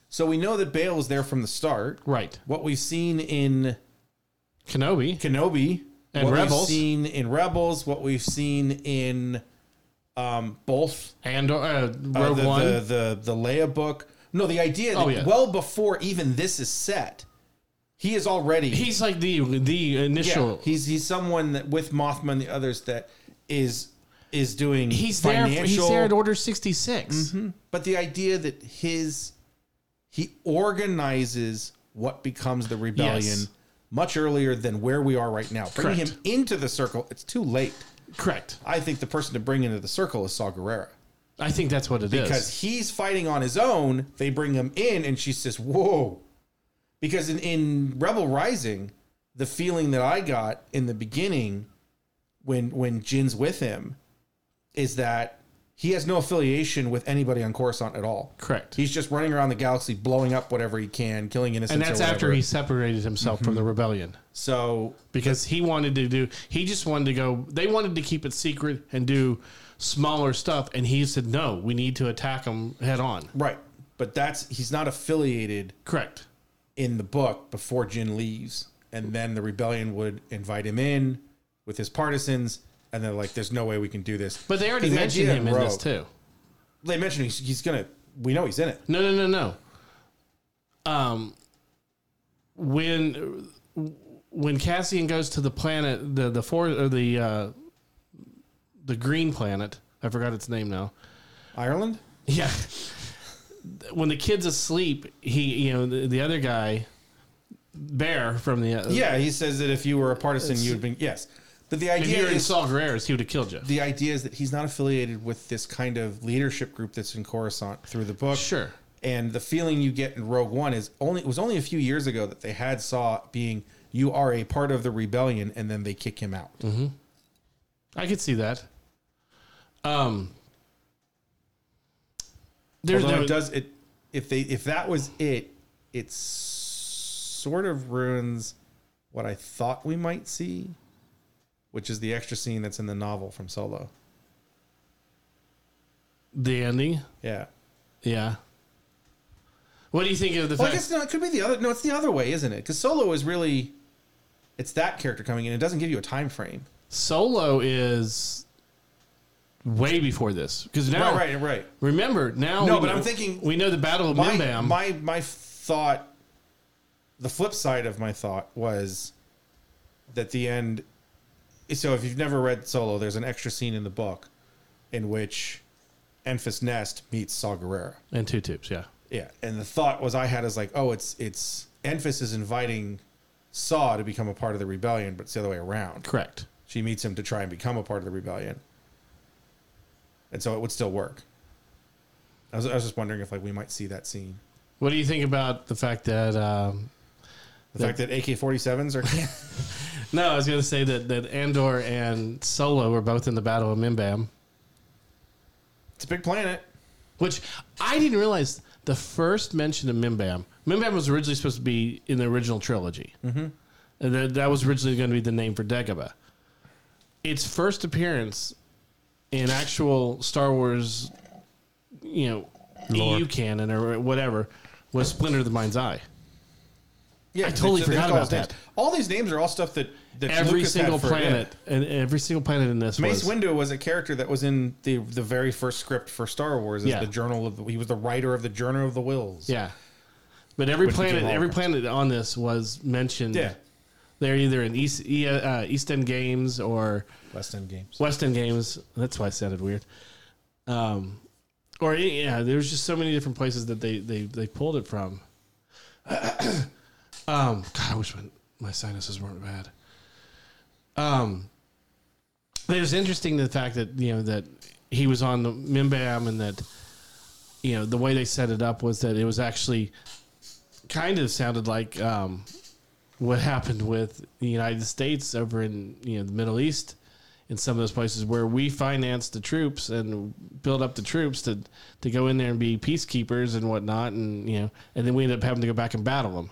Speaker 2: So we know that Bale was there from the start.
Speaker 1: right.
Speaker 2: What we've seen in
Speaker 1: Kenobi.
Speaker 2: Kenobi
Speaker 1: And
Speaker 2: what
Speaker 1: Rebels.
Speaker 2: we've seen in Rebels, what we've seen in um, both
Speaker 1: and uh, Rogue
Speaker 2: uh, the,
Speaker 1: One.
Speaker 2: the the the Leia book. No, the idea that
Speaker 1: Oh, yeah.
Speaker 2: well before even this is set, he is already
Speaker 1: he's like the the
Speaker 2: yeah,
Speaker 1: initial.
Speaker 2: he's he's someone that with Mothman and the others that is is doing
Speaker 1: he's there. for- He's
Speaker 2: financial- Mm-hmm.
Speaker 1: there at Order sixty six.
Speaker 2: But the idea that his he organizes what becomes the rebellion
Speaker 1: Yes.
Speaker 2: much earlier than where we are right now. Bringing him
Speaker 1: Correct.
Speaker 2: into the circle, it's too late.
Speaker 1: Correct.
Speaker 2: I think the person to bring into the circle is Saw Gerrera
Speaker 1: I think that's what it is.
Speaker 2: because he's fighting on his own. They bring him in, and she says, "Whoa!" Because in, in Rebel Rising, the feeling that I got in the beginning, when when Jin's with him, is that he has no affiliation with anybody on Coruscant at all.
Speaker 1: Correct.
Speaker 2: He's just running around the galaxy, blowing up whatever he can, killing innocents.
Speaker 1: and that's
Speaker 2: or whatever. Mm-hmm.
Speaker 1: after he separated himself from the rebellion
Speaker 2: So
Speaker 1: because he wanted to do. He just wanted to go. They wanted to keep it secret and do smaller stuff, and he said, "No, we need to attack him head on."
Speaker 2: right, but that's he's not affiliated
Speaker 1: Correct.
Speaker 2: in the book before Jin leaves, and then the rebellion would invite him in with his partisans, and they're like, "There's no way we can do this."
Speaker 1: But they already
Speaker 2: The
Speaker 1: mentioned
Speaker 2: idea
Speaker 1: him in
Speaker 2: of
Speaker 1: this
Speaker 2: Rogue-
Speaker 1: too.
Speaker 2: They mentioned he's, he's gonna. We know he's in it.
Speaker 1: No, no, no, no. Um, when when Cassian goes to the planet, the the for or the uh, the green planet, I forgot its name now.
Speaker 2: Ireland.
Speaker 1: Yeah, when the kid's asleep, he you know the, the other guy, Bear from the uh,
Speaker 2: Yeah, he says that if you were a partisan, you'd been yes. But the
Speaker 1: If you
Speaker 2: idea
Speaker 1: were in
Speaker 2: is
Speaker 1: Saul Guerrera's, he would have killed you.
Speaker 2: the idea is that he's not affiliated with this kind of leadership group that's in Coruscant through the book.
Speaker 1: Oh, Sure.
Speaker 2: And the feeling you get in Rogue One is only it was only a few years ago that they had Saw being you are a part of the rebellion, and then they kick him
Speaker 1: Mm-hmm.
Speaker 2: out.
Speaker 1: I could see that. Um, there's
Speaker 2: Although
Speaker 1: no,
Speaker 2: it does it if they if that was it, it sort of ruins what I thought we might see, which is the extra scene that's in the novel from Solo.
Speaker 1: the ending.
Speaker 2: Yeah.
Speaker 1: Yeah. What do you think of the
Speaker 2: Well, I
Speaker 1: fact?
Speaker 2: guess no, it could be the other. No, it's the other way, isn't it? Because Solo is really, it's that character coming in. It doesn't give you a time frame.
Speaker 1: Solo is way before this because now,
Speaker 2: Right, right, right.
Speaker 1: remember now.
Speaker 2: No,
Speaker 1: we
Speaker 2: but
Speaker 1: know-
Speaker 2: I'm thinking-
Speaker 1: we know the Battle of
Speaker 2: My
Speaker 1: Mimbam.
Speaker 2: my my thought, the flip side of my thought was that the end. So if you've never read Solo, there's an extra scene in the book in which Enfys Nest meets Saw Gerrera.
Speaker 1: and two tubes. Yeah,
Speaker 2: Yeah, and the thought was I had is like, oh, it's it's Enfys is inviting Saw to become a part of the rebellion, but it's the other way around.
Speaker 1: correct.
Speaker 2: She meets him to try and become a part of the rebellion. And so it would still work. I was, I was just wondering if like we might see that scene.
Speaker 1: What do you think about the fact that? Um,
Speaker 2: The fact that AK-47s are
Speaker 1: no, I was going to say that that Andor and Solo were both in the Battle of Mimbam,
Speaker 2: it's a big planet.
Speaker 1: which I didn't realize. The first mention of Mimbam, Mimbam was originally supposed to be in the original trilogy, mm-hmm. and that, that was originally going to be the name for Dagobah. its first appearance in actual Star Wars, you know, EU canon or whatever, was Splinter of the Mind's Eye.
Speaker 2: Yeah,
Speaker 1: I totally
Speaker 2: they- they
Speaker 1: forgot
Speaker 2: call
Speaker 1: about
Speaker 2: these names.
Speaker 1: that.
Speaker 2: All these names are all stuff that, that
Speaker 1: Every
Speaker 2: Lucas had
Speaker 1: single
Speaker 2: for-
Speaker 1: planet
Speaker 2: yeah.
Speaker 1: and every single planet in this
Speaker 2: Mace
Speaker 1: was
Speaker 2: Windu was a character that was in the the very first script for Star Wars. As
Speaker 1: Yeah.
Speaker 2: the Journal of the, he was the writer of the Journal of the Wills.
Speaker 1: yeah. But every
Speaker 2: Which became
Speaker 1: planet, every
Speaker 2: Holocron.
Speaker 1: planet on this was mentioned.
Speaker 2: Yeah.
Speaker 1: they're either in East E- uh, East End Games or
Speaker 2: West End Games.
Speaker 1: West End Games. That's why it sounded weird. Um, or yeah, there's just so many different places that they they they pulled it from. um, God, I wish my, my sinuses weren't bad. Um, but it was interesting the fact that you know that he was on the Mimbam and that you know the way they set it up was that it was actually kind of sounded like um, what happened with the United States over in you know the Middle East in some of those places where we finance the troops and build up the troops to to go in there and be peacekeepers and whatnot, and you know, and then we end up having to go back and battle them.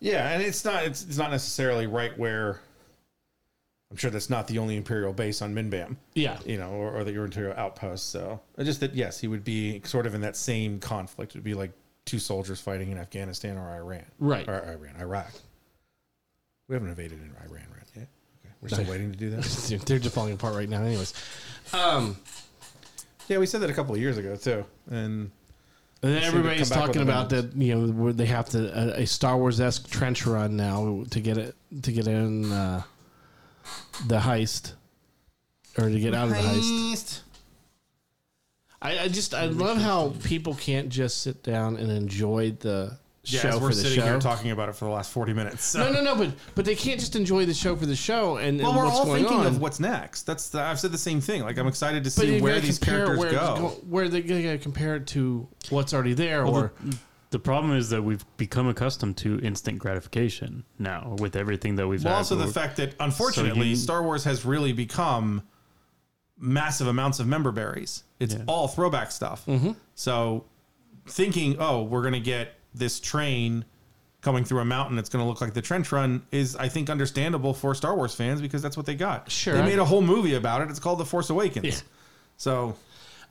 Speaker 2: Yeah, and it's not it's, it's not necessarily right where. I'm sure that's not the only imperial base on Minbam,
Speaker 1: Yeah,
Speaker 2: you know, or, or the imperial outpost. So uh, just that, yes, he would be sort of in that same conflict. It would be like two soldiers fighting in Afghanistan or Iran,
Speaker 1: right.
Speaker 2: or Iran, Iraq. We haven't invaded in Iran right yet. Okay. We're still waiting to do that.
Speaker 1: Dude, They're just falling apart right now, anyways. Um,
Speaker 2: Yeah, we said that a couple of years ago too,
Speaker 1: and
Speaker 2: and
Speaker 1: then
Speaker 2: They seem to
Speaker 1: everybody's
Speaker 2: come back
Speaker 1: talking
Speaker 2: with
Speaker 1: about that you know where they have to a, a Star Wars esque trench run now to get it to get in uh, the heist or to get out of the heist. I, I just I love how people can't just sit down and enjoy the show for the show.
Speaker 2: talking about it for the last forty minutes.
Speaker 1: no, no, no, but but they can't just enjoy the show for the show and,
Speaker 2: Well,
Speaker 1: and
Speaker 2: we're
Speaker 1: what's
Speaker 2: all
Speaker 1: going
Speaker 2: thinking
Speaker 1: on.
Speaker 2: of what's next. That's the, I've said the same thing. Like I'm excited to
Speaker 1: but
Speaker 2: see
Speaker 1: if
Speaker 2: where
Speaker 1: you
Speaker 2: these
Speaker 1: compare
Speaker 2: characters
Speaker 1: where it's
Speaker 2: go.
Speaker 1: go- where they're going to compare it to what's already there,
Speaker 3: Well,
Speaker 1: or
Speaker 3: the, the problem is that we've become accustomed to instant gratification now with everything that we've
Speaker 2: Well,
Speaker 3: had.
Speaker 2: also the
Speaker 3: We're-
Speaker 2: fact that unfortunately,
Speaker 3: you-
Speaker 2: Star Wars has really become massive amounts of member berries. It's
Speaker 3: Yeah.
Speaker 2: all throwback stuff.
Speaker 1: Mm-hmm.
Speaker 2: So thinking, oh, we're gonna get this train coming through a mountain. It's gonna look like the trench run is, I think, understandable for Star Wars fans because that's what they got.
Speaker 1: Sure.
Speaker 2: they made a whole movie about it. It's called The Force Awakens.
Speaker 1: Yeah.
Speaker 2: So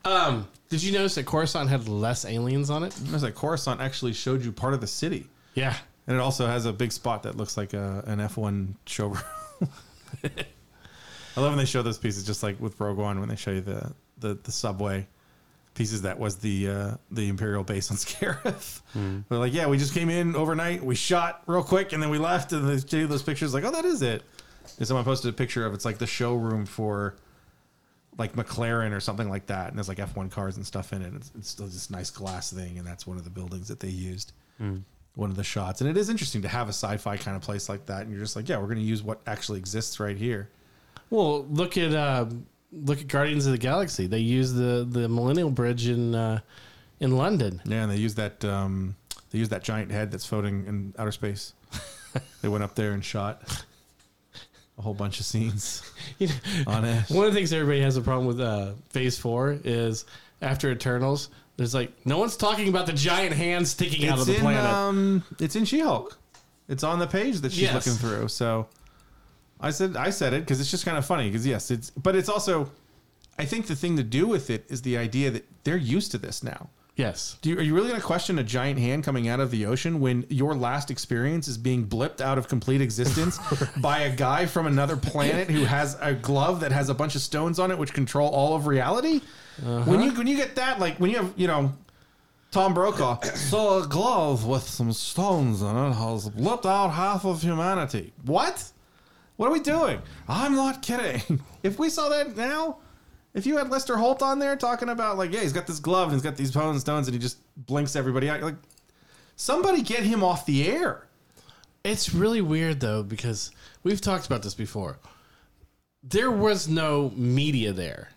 Speaker 1: um, did you notice that Coruscant had less aliens on it?
Speaker 2: I was like, Coruscant actually showed you part of the city.
Speaker 1: Yeah,
Speaker 2: And it also has a big spot that looks like a, an F1 showroom. I love when they show those pieces, just like with Rogue One, when they show you the the, the subway pieces that was the uh, the Imperial base on Scarif. They're like, yeah, we just came in overnight, we shot real quick, and then we left, and they show you those pictures. Like, oh, that is it. And someone posted a picture of it's like the showroom for like McLaren or something like that, and there's like F1 cars and stuff in it. It's, it's still this nice glass thing, and that's one of the buildings that they used one of the shots. And it is interesting to have a sci-fi kind of place like that, and you're just like, yeah, we're going to use what actually exists right here.
Speaker 1: Well, look at uh, look at Guardians of the Galaxy. They use the the Millennial Bridge in uh, in London.
Speaker 2: Yeah, and they use that um, they use that giant head that's floating in outer space. they went up there and shot a whole bunch of scenes
Speaker 1: You know,
Speaker 2: on it.
Speaker 1: One of the things everybody has a problem with uh, Phase Four is after Eternals. There's like no one's talking about the giant hand sticking out of
Speaker 2: It's
Speaker 1: the
Speaker 2: in
Speaker 1: planet.
Speaker 2: um, it's in She-Hulk. It's on the page that she's
Speaker 1: Yes.
Speaker 2: looking through. So I said I said it because it's just kind of funny because yes, it's but it's also I think the thing to do with it is the idea that they're used to this now.
Speaker 1: yes,
Speaker 2: Do you, are you really going to question a giant hand coming out of the ocean when your last experience is being blipped out of complete existence by a guy from another planet who has a glove that has a bunch of stones on it which control all of reality? When you when you get that, like when you have you know Tom Brokaw, so a glove with some stones in it has blipped out half of humanity. What? What are we doing? I'm not kidding. If we saw that now, if you had Lester Holt on there talking about like, yeah, he's got this glove and he's got these pones and stones and he just blinks everybody out, you're like somebody get him off the air.
Speaker 1: it's really weird though because we've talked about this before. There was no media there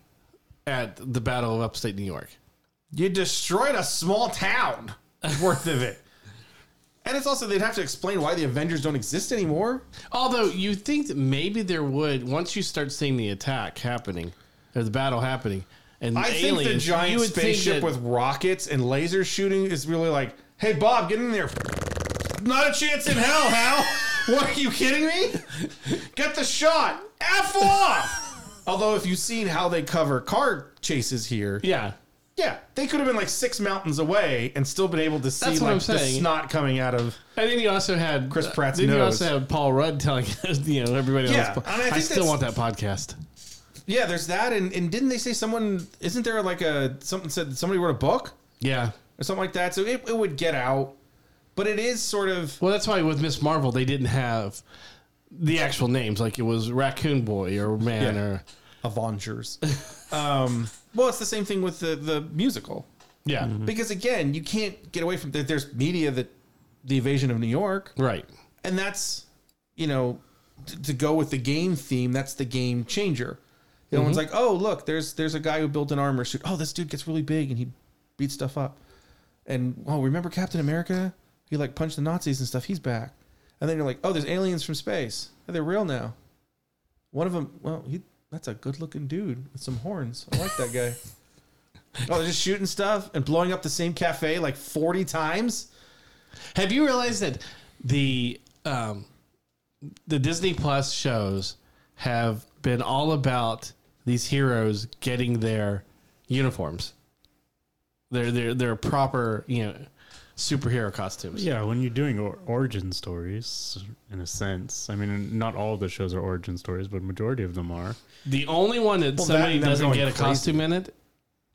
Speaker 1: at the Battle of Upstate New York.
Speaker 2: You destroyed a small town worth of it. And it's also they'd have to explain why the Avengers don't exist anymore.
Speaker 1: Although you think that maybe there would once you start seeing the attack happening or the battle happening, and
Speaker 2: I
Speaker 1: aliens,
Speaker 2: think the
Speaker 1: you
Speaker 2: giant
Speaker 1: would think
Speaker 2: spaceship
Speaker 1: that-
Speaker 2: with rockets and laser shooting is really like, hey Bob, get in there. Not a chance in hell, Hal. What are you kidding me? Get the shot. F off. Although if you've seen how they cover car chases here,
Speaker 1: yeah.
Speaker 2: yeah, they could have been like six mountains away and still been able to see
Speaker 1: That's what
Speaker 2: like
Speaker 1: I'm
Speaker 2: the
Speaker 1: saying.
Speaker 2: snot coming out of.
Speaker 1: And then you also had uh,
Speaker 2: Chris Pratt's
Speaker 1: Then you
Speaker 2: nose.
Speaker 1: also had Paul Rudd telling you know everybody
Speaker 2: Yeah,
Speaker 1: else.
Speaker 2: and I
Speaker 1: I,
Speaker 2: think
Speaker 1: still
Speaker 2: that's-
Speaker 1: want that podcast.
Speaker 2: Yeah, there's that, and, and didn't they say someone? Isn't there like a something said somebody wrote a book
Speaker 1: Yeah.
Speaker 2: or something like that? So it, it would get out, but it is sort of
Speaker 1: Well, that's why with Miss Marvel they didn't have the actual names like it was Raccoon Boy or Man
Speaker 2: Yeah.
Speaker 1: or
Speaker 2: Avengers. um, well, it's the same thing with the the musical
Speaker 1: yeah
Speaker 2: because again, you can't get away from that. There's media that the invasion of New York,
Speaker 1: right
Speaker 2: and that's you know t- to go with the game theme that's the game changer you know one's like oh look there's there's a guy who built an armor suit oh this dude gets really big and he beats stuff up and oh remember captain america he like punched the nazis and stuff he's back and then you're like oh there's aliens from space oh, they're real now One of them, well, he that's a good looking dude with some horns. I like that guy. oh, they're just shooting stuff and blowing up the same cafe like 40 times.
Speaker 1: Have you realized that the um, the Disney Plus shows have been all about these heroes getting their uniforms, their their their proper you know superhero costumes?
Speaker 3: Yeah, when you're doing or- origin stories, in a sense, I mean, not all of the shows are origin stories, but majority of them are.
Speaker 1: The only one that
Speaker 2: Well, that
Speaker 1: somebody
Speaker 2: and them
Speaker 1: doesn't
Speaker 2: going
Speaker 1: get a
Speaker 2: crazy.
Speaker 1: costume in it,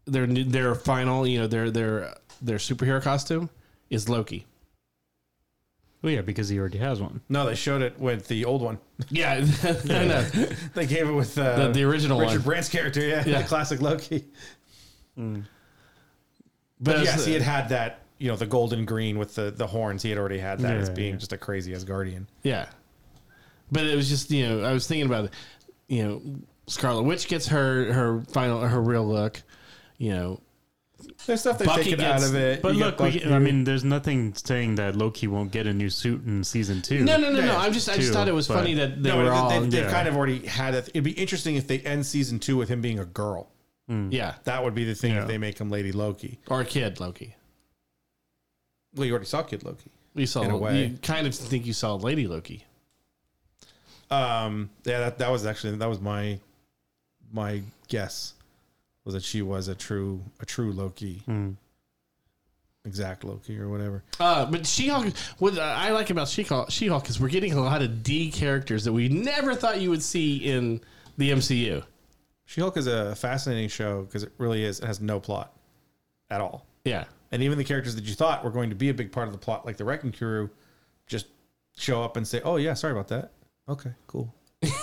Speaker 1: their new- their final you know their their their superhero costume is Loki.
Speaker 3: Well, yeah, because he already has one.
Speaker 2: No, they showed it with the old one.
Speaker 1: Yeah, I know.
Speaker 2: They gave it with uh,
Speaker 1: The- the original
Speaker 2: Richard
Speaker 1: one.
Speaker 2: Brandt's character, yeah,
Speaker 1: Yeah.
Speaker 2: the classic Loki.
Speaker 1: But it's-
Speaker 2: yes, he had had that, you know, the golden green with the, the horns. He had already had that as
Speaker 3: Yeah,
Speaker 2: being
Speaker 3: yeah.
Speaker 2: just a crazy Asgardian.
Speaker 1: Yeah. But it was just, you know, I was thinking about it. You know, Scarlet Witch gets her her final her real look. You know,
Speaker 2: There's stuff they've
Speaker 1: Bucky
Speaker 2: taken
Speaker 1: gets-
Speaker 2: out of it.
Speaker 3: But
Speaker 2: You
Speaker 3: look,
Speaker 2: got
Speaker 3: we,
Speaker 2: Bucky-
Speaker 3: I mean, there's nothing saying that Loki won't get a new suit in season two.
Speaker 1: no, no, no, no.
Speaker 2: Yeah,
Speaker 1: I'm just I just
Speaker 3: two,
Speaker 1: thought it was
Speaker 3: but-
Speaker 1: funny that they
Speaker 2: no,
Speaker 1: were all
Speaker 2: they, have
Speaker 3: yeah.
Speaker 2: kind of already had it. It'd be interesting if they end season two with him being a girl.
Speaker 3: Hmm.
Speaker 1: yeah
Speaker 2: That would be the thing
Speaker 3: Yeah.
Speaker 2: if they make him Lady Loki.
Speaker 1: or a kid Loki.
Speaker 2: Well, you already saw Kid Loki.
Speaker 1: We saw
Speaker 2: In a way.
Speaker 1: you kind of think you saw Lady Loki.
Speaker 2: Um, yeah, that, that was actually that was my my guess was that she was a true a true Loki,
Speaker 3: Hmm.
Speaker 2: exact Loki or whatever.
Speaker 1: Uh, but She Hulk, what I like about She Hulk is we're getting a lot of D characters that we never thought you would see in the MCU.
Speaker 2: She Hulk is a fascinating show because it really is. It has no plot at all,
Speaker 1: Yeah.
Speaker 2: and even the characters that you thought were going to be a big part of the plot, like the Wrecking Crew, just show up and say, "Oh yeah, sorry about that." Okay, cool.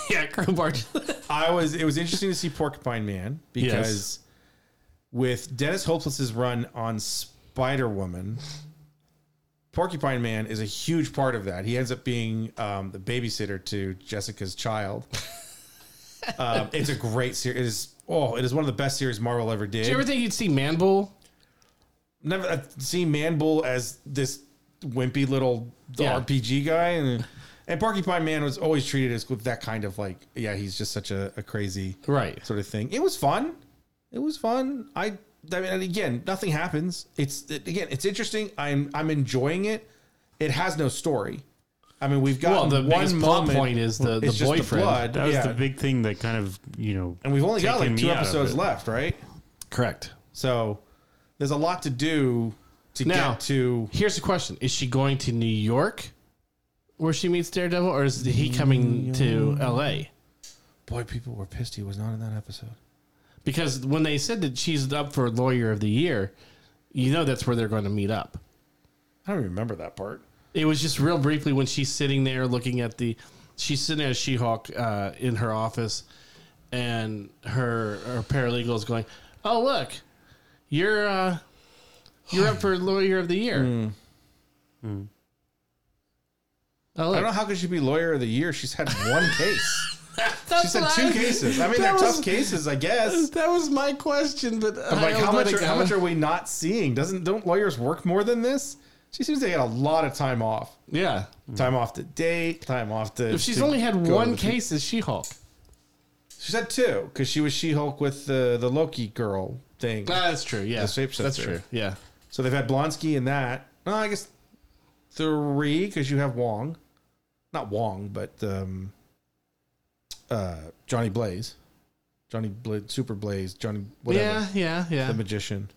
Speaker 1: Yeah, Crowbar.
Speaker 2: I was. It was interesting to see Porcupine Man because with Dennis Hopeless's run on Spider Woman, Porcupine Man is a huge part of that. He ends up being um, the babysitter to Jessica's child. um, it's a great series. It is oh, it is one of the best series Marvel ever did.
Speaker 1: Did you ever think you'd see Man Bull?
Speaker 2: Never I've seen Man Bull as this wimpy little
Speaker 1: Yeah.
Speaker 2: RPG guy, and and Porcupine Man was always treated as with that kind of like yeah, he's just such a, a crazy
Speaker 1: Right.
Speaker 2: sort of thing. It was fun. It was fun. I, I mean, and again, nothing happens. It's it, again, it's interesting. I'm I'm enjoying it. It has no story. I mean, we've
Speaker 1: Well,
Speaker 2: got
Speaker 1: the
Speaker 2: one
Speaker 1: biggest plot
Speaker 2: moment.
Speaker 1: point is the, the
Speaker 2: it's just
Speaker 1: boyfriend.
Speaker 2: blood.
Speaker 3: That was
Speaker 2: yeah.
Speaker 3: the big thing that kind of, you know.
Speaker 2: and we've only got
Speaker 3: taken
Speaker 2: like
Speaker 3: me
Speaker 2: two
Speaker 3: out of
Speaker 2: episodes
Speaker 3: it.
Speaker 2: left, right?
Speaker 1: Correct.
Speaker 2: So there's a lot to do to
Speaker 1: Now-
Speaker 2: get to.
Speaker 1: Here's the question: Is she going to New York, where she meets Daredevil, or is he coming to L.A.?
Speaker 2: Boy, people were pissed he was not in that episode.
Speaker 1: Because when they said that she's up for Lawyer of the Year, you know that's where they're going to meet up.
Speaker 2: I don't remember that part.
Speaker 1: It was just real briefly when she's sitting there looking at the, she's sitting as She-Hulk uh, in her office, and her her paralegal is going, "Oh look, you're uh, you're up for Lawyer of the Year." Oh,
Speaker 2: Hmm. I
Speaker 1: look.
Speaker 2: don't know how could she be lawyer of the year. She's had one case.
Speaker 1: That's
Speaker 2: She's had
Speaker 1: what
Speaker 2: two
Speaker 1: I-
Speaker 2: cases. I mean,
Speaker 1: that
Speaker 2: they're
Speaker 1: was-
Speaker 2: tough cases, I guess.
Speaker 1: That was my question, but
Speaker 2: I'm like, how much, are, how much are we not seeing? Doesn't don't lawyers work more than this? She seems to get a lot of time off.
Speaker 1: yeah.
Speaker 2: Time off to date. Time off to.
Speaker 1: Mm. If she's
Speaker 2: to
Speaker 1: only had
Speaker 2: go to
Speaker 1: one
Speaker 2: the-
Speaker 1: case as She Hulk.
Speaker 2: she's had two because she was She Hulk with the the Loki girl thing.
Speaker 1: that's true. Yeah.
Speaker 2: The shapeshifter.
Speaker 1: That's true. Yeah.
Speaker 2: So they've had Blonsky in that. No, I guess three because you have Wong, not Wong, but um, uh, Johnny Blaze, Johnny Bla- Super Blaze, Johnny whatever.
Speaker 1: Yeah, yeah, yeah.
Speaker 2: the magician.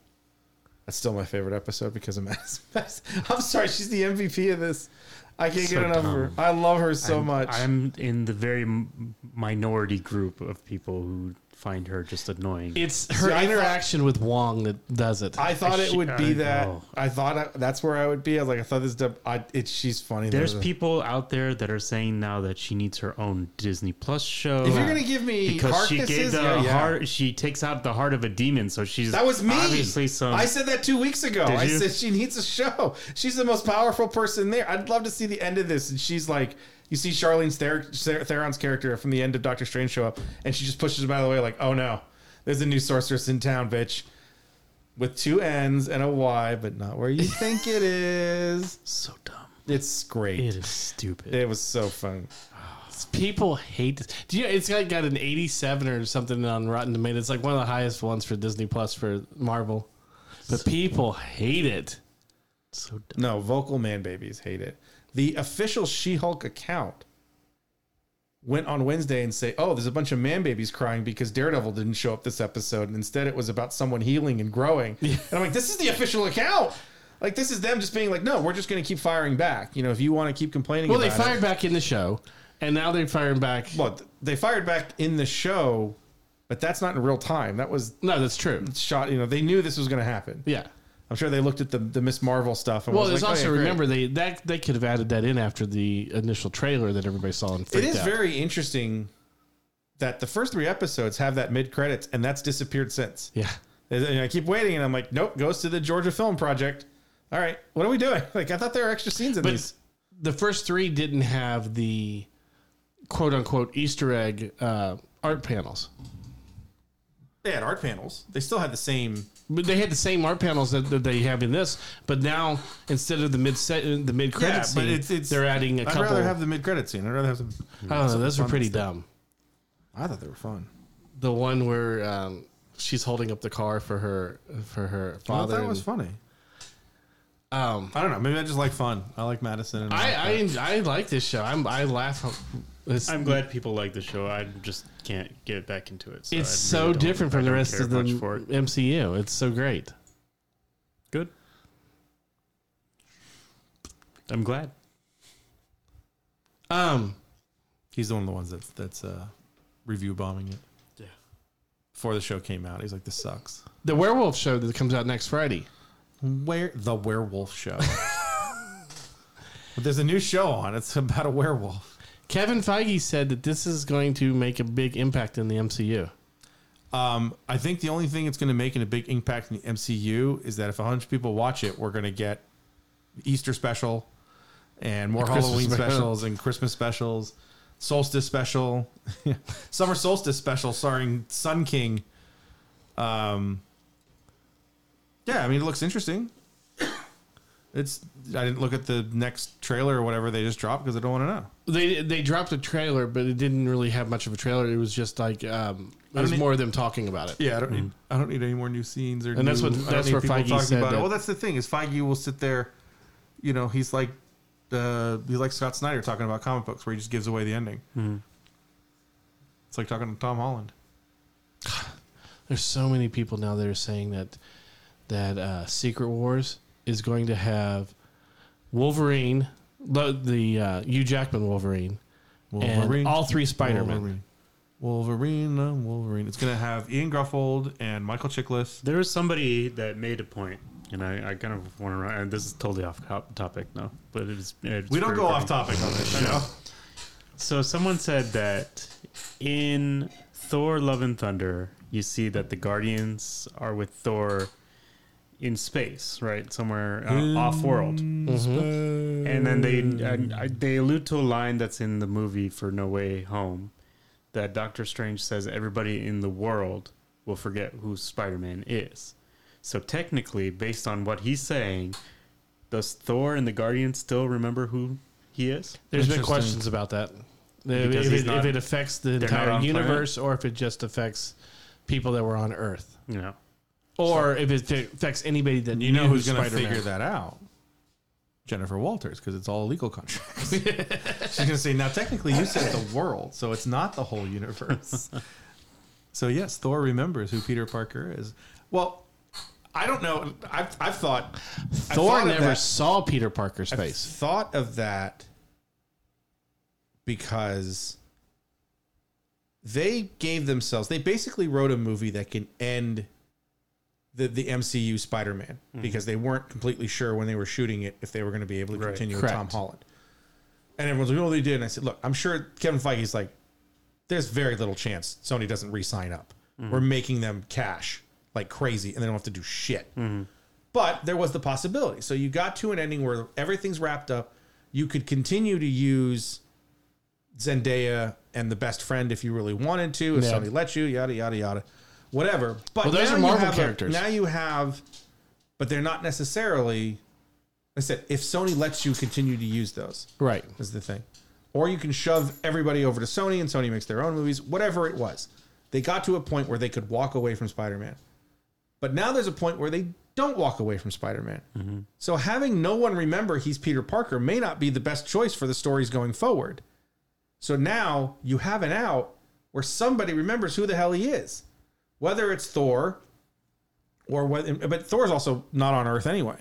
Speaker 2: That's still my favorite episode because of Madison Madison. I'm sorry, she's the MVP of this. I can't
Speaker 3: So
Speaker 2: get enough of her.
Speaker 3: dumb.
Speaker 2: I love her so
Speaker 3: I'm-
Speaker 2: much.
Speaker 3: I'm in the very m- minority group of people who find her just annoying.
Speaker 1: it's her
Speaker 2: See, I thought-
Speaker 1: interaction with Wong that does it.
Speaker 2: I thought it
Speaker 3: she-
Speaker 2: would be
Speaker 3: I
Speaker 2: that.
Speaker 3: know.
Speaker 2: I thought I, that's where I would be. I was like, I thought this. dub- I, it, she's funny.
Speaker 3: There's
Speaker 2: though.
Speaker 3: people out there that are saying now that she needs her own Disney Plus show.
Speaker 2: If you're gonna give me
Speaker 3: because she gave
Speaker 2: carcasses,
Speaker 3: the
Speaker 2: yeah, yeah.
Speaker 3: heart, she takes out the heart of a demon, so she's
Speaker 2: That was me.
Speaker 3: Obviously, some
Speaker 2: I said that two weeks ago.
Speaker 3: Did
Speaker 2: I
Speaker 3: you?
Speaker 2: said she needs a show. She's the most powerful person there. I'd love to see the end of this. And she's like, you see Charlene Ther- Ther- Theron's character from the end of Doctor Strange show up, and she just pushes him out of the way, like, oh no, there's a new sorceress in town, bitch. With two N's and a Y, but not where you think it is.
Speaker 3: so dumb.
Speaker 2: It's great.
Speaker 3: It is stupid.
Speaker 2: It was so fun.
Speaker 1: People hate this. Do you? It's like got an eighty-seven or something on Rotten Tomatoes. It's like one of the highest ones for Disney Plus for Marvel, but people hate it.
Speaker 3: So dumb.
Speaker 2: No, vocal man babies hate it. The official She Hulk account went on Wednesday and say, "Oh, there's a bunch of man babies crying because Daredevil didn't show up this episode, and instead it was about someone healing and growing." And I'm like, "This is the official account." Like this is them just being like, "No, we're just going to keep firing back." You know, if you want to keep complaining,
Speaker 1: Well, they
Speaker 2: about it-
Speaker 1: fired back in the show, and now they're firing back.
Speaker 2: Well, th- they fired back in the show, but that's not in real time. That was
Speaker 1: No, that's true.
Speaker 2: shot. You know, they knew this was going to happen.
Speaker 1: Yeah.
Speaker 2: I'm sure they looked at the the Miss Marvel stuff. And
Speaker 1: Well,
Speaker 2: was
Speaker 1: there's
Speaker 2: like, "Oh,
Speaker 1: also
Speaker 2: yeah, great."
Speaker 1: remember they that they could have added that in after the initial trailer that everybody saw and
Speaker 2: It
Speaker 1: freaked
Speaker 2: is
Speaker 1: out.
Speaker 2: very interesting that the first three episodes have that mid credits, and that's disappeared since.
Speaker 1: yeah.
Speaker 2: And I keep waiting, and I'm like, nope, goes to the Georgia Film Project. All right, what are we doing? Like, I thought there were extra scenes in
Speaker 1: But
Speaker 2: these.
Speaker 1: the first three didn't have the quote unquote Easter egg uh, art panels.
Speaker 2: They had art panels. They still had the same.
Speaker 1: But they had the same art panels that, that they have in this, but now instead of the mid set, the mid credit
Speaker 2: Yeah, but
Speaker 1: scene,
Speaker 2: it's- it's-
Speaker 1: they're adding a
Speaker 2: I'd
Speaker 1: couple.
Speaker 2: rather have the mid credit scene. I'd rather have some.
Speaker 1: I don't know. Those were pretty dumb.
Speaker 2: I thought they were fun.
Speaker 1: The one where um, she's holding up the car for her for her
Speaker 2: I
Speaker 1: father.
Speaker 2: thought it was
Speaker 1: and-
Speaker 2: funny.
Speaker 1: Um,
Speaker 2: I don't know. Maybe I just like fun. I like Madison. And
Speaker 1: I, I en- I like this show. I'm I laugh. It's,
Speaker 3: I'm glad people like the show. I just can't get back into it.
Speaker 1: it's
Speaker 3: I
Speaker 1: so
Speaker 3: really don't-
Speaker 1: different
Speaker 3: I
Speaker 1: from the
Speaker 3: don't
Speaker 1: rest
Speaker 3: care
Speaker 1: of the
Speaker 3: much for it.
Speaker 1: MCU. It's so great.
Speaker 3: Good. I'm glad.
Speaker 1: Um,
Speaker 2: he's the one of the ones that's that's uh, review bombing it.
Speaker 1: Yeah.
Speaker 2: Before the show came out, he's like, "This sucks."
Speaker 1: the werewolf show that comes out next Friday.
Speaker 2: Where the werewolf show. But there's a new show on. It's about a werewolf.
Speaker 1: Kevin Feige said that this is going to make a big impact in the MCU.
Speaker 2: Um, I think the only thing it's going to make in a big impact in the MCU is that if 100 people watch it, we're going to get Easter special and more
Speaker 1: Christmas
Speaker 2: Halloween
Speaker 1: special.
Speaker 2: specials and Christmas specials, solstice special, summer solstice special starring Sun King. Um, yeah, I mean it looks interesting. It's I didn't look at the next trailer or whatever they just dropped because I don't want to know.
Speaker 1: They they dropped a trailer, but it didn't really have much of a trailer. It was just like um, it was
Speaker 2: mean-
Speaker 1: more of them talking about it.
Speaker 2: Yeah, I don't need. I don't need any more new scenes or.
Speaker 1: Mm. And that's
Speaker 2: new-
Speaker 1: what-
Speaker 2: I don't
Speaker 1: that's
Speaker 2: need
Speaker 1: where
Speaker 2: people
Speaker 1: Feige
Speaker 2: talking
Speaker 1: said
Speaker 2: it.
Speaker 1: that-
Speaker 2: Well, that's the thing is Feige will sit there. You know, he's like, uh, he's like Scott Snyder talking about comic books, where he just gives away the ending.
Speaker 1: Mm-hmm.
Speaker 2: It's like talking to Tom Holland.
Speaker 1: There's so many people now that are saying that that uh, Secret Wars is going to have Wolverine, the, the uh, Hugh Jackman Wolverine, and all three Spider Man.
Speaker 2: Wolverine. Wolverine, uh, Wolverine. It's gonna have Ian Gruffold and Michael Chiklis.
Speaker 3: There was somebody that made a point, and I, I kind of want to run. And this is totally off cop- topic now, but it is. It's
Speaker 2: We don't
Speaker 3: very
Speaker 2: go off
Speaker 3: pertinent.
Speaker 2: topic on this show.
Speaker 3: So someone said that in Thor: Love and Thunder, you see that the Guardians are with Thor in space, right, somewhere uh, off-world, and then they and I, they allude to a line that's in the movie for No Way Home that Doctor Strange says everybody in the world will forget who Spider-Man is. So technically, based on what he's saying, does Thor and the Guardians still remember who he is?
Speaker 1: There's been
Speaker 2: Interesting.
Speaker 1: questions about that. If,
Speaker 3: Because
Speaker 1: if
Speaker 3: he's
Speaker 1: it,
Speaker 3: not-
Speaker 1: if it affects the
Speaker 3: not
Speaker 1: entire
Speaker 3: on
Speaker 1: universe or if it just affects people that were on Earth.
Speaker 3: You know.
Speaker 1: Or if it affects anybody that
Speaker 2: You know
Speaker 1: knew
Speaker 2: who's going to
Speaker 1: Spider-Man.
Speaker 2: figure that out? Jennifer Walters, because it's all legal contracts. She's going to say, now, technically, you said the world, so it's not the whole universe. so, yes, Thor remembers who Peter Parker is. Well, I don't know. I've, I've thought. I
Speaker 1: Thor
Speaker 2: thought of
Speaker 1: never
Speaker 2: that-
Speaker 1: saw Peter Parker's
Speaker 2: I
Speaker 1: face.
Speaker 2: thought of that because they gave themselves they basically wrote a movie that can end the, the MCU Spider-Man because they weren't completely sure when they were shooting it if they were going to be able to
Speaker 3: Right.
Speaker 2: continue
Speaker 1: Correct.
Speaker 2: with Tom Holland. And everyone's like, "Oh, they did." And I said, "Look, I'm sure Kevin Feige's like there's very little chance Sony doesn't re-sign up. We're making them cash like crazy, and they don't have to do shit. But there was the possibility. So you got to an ending where everything's wrapped up. You could continue to use Zendaya and the best friend if you really wanted to, if
Speaker 1: Yeah.
Speaker 2: Sony let you, yada yada yada, whatever. But
Speaker 1: Well, those
Speaker 2: now
Speaker 1: are
Speaker 2: you
Speaker 1: Marvel
Speaker 2: have a-
Speaker 1: characters.
Speaker 2: now you have, but they're not necessarily. I said if Sony lets you continue to use those
Speaker 1: Right.
Speaker 2: is the thing. or you can shove everybody over to Sony and Sony makes their own movies, whatever it was. They got to a point where they could walk away from Spider Man. But now there's a point where they don't walk away from Spider Man. So having no one remember he's Peter Parker may not be the best choice for the stories going forward. So now you have an out where somebody remembers who the hell he is, whether it's Thor or whether, but Thor's also not on Earth anyway.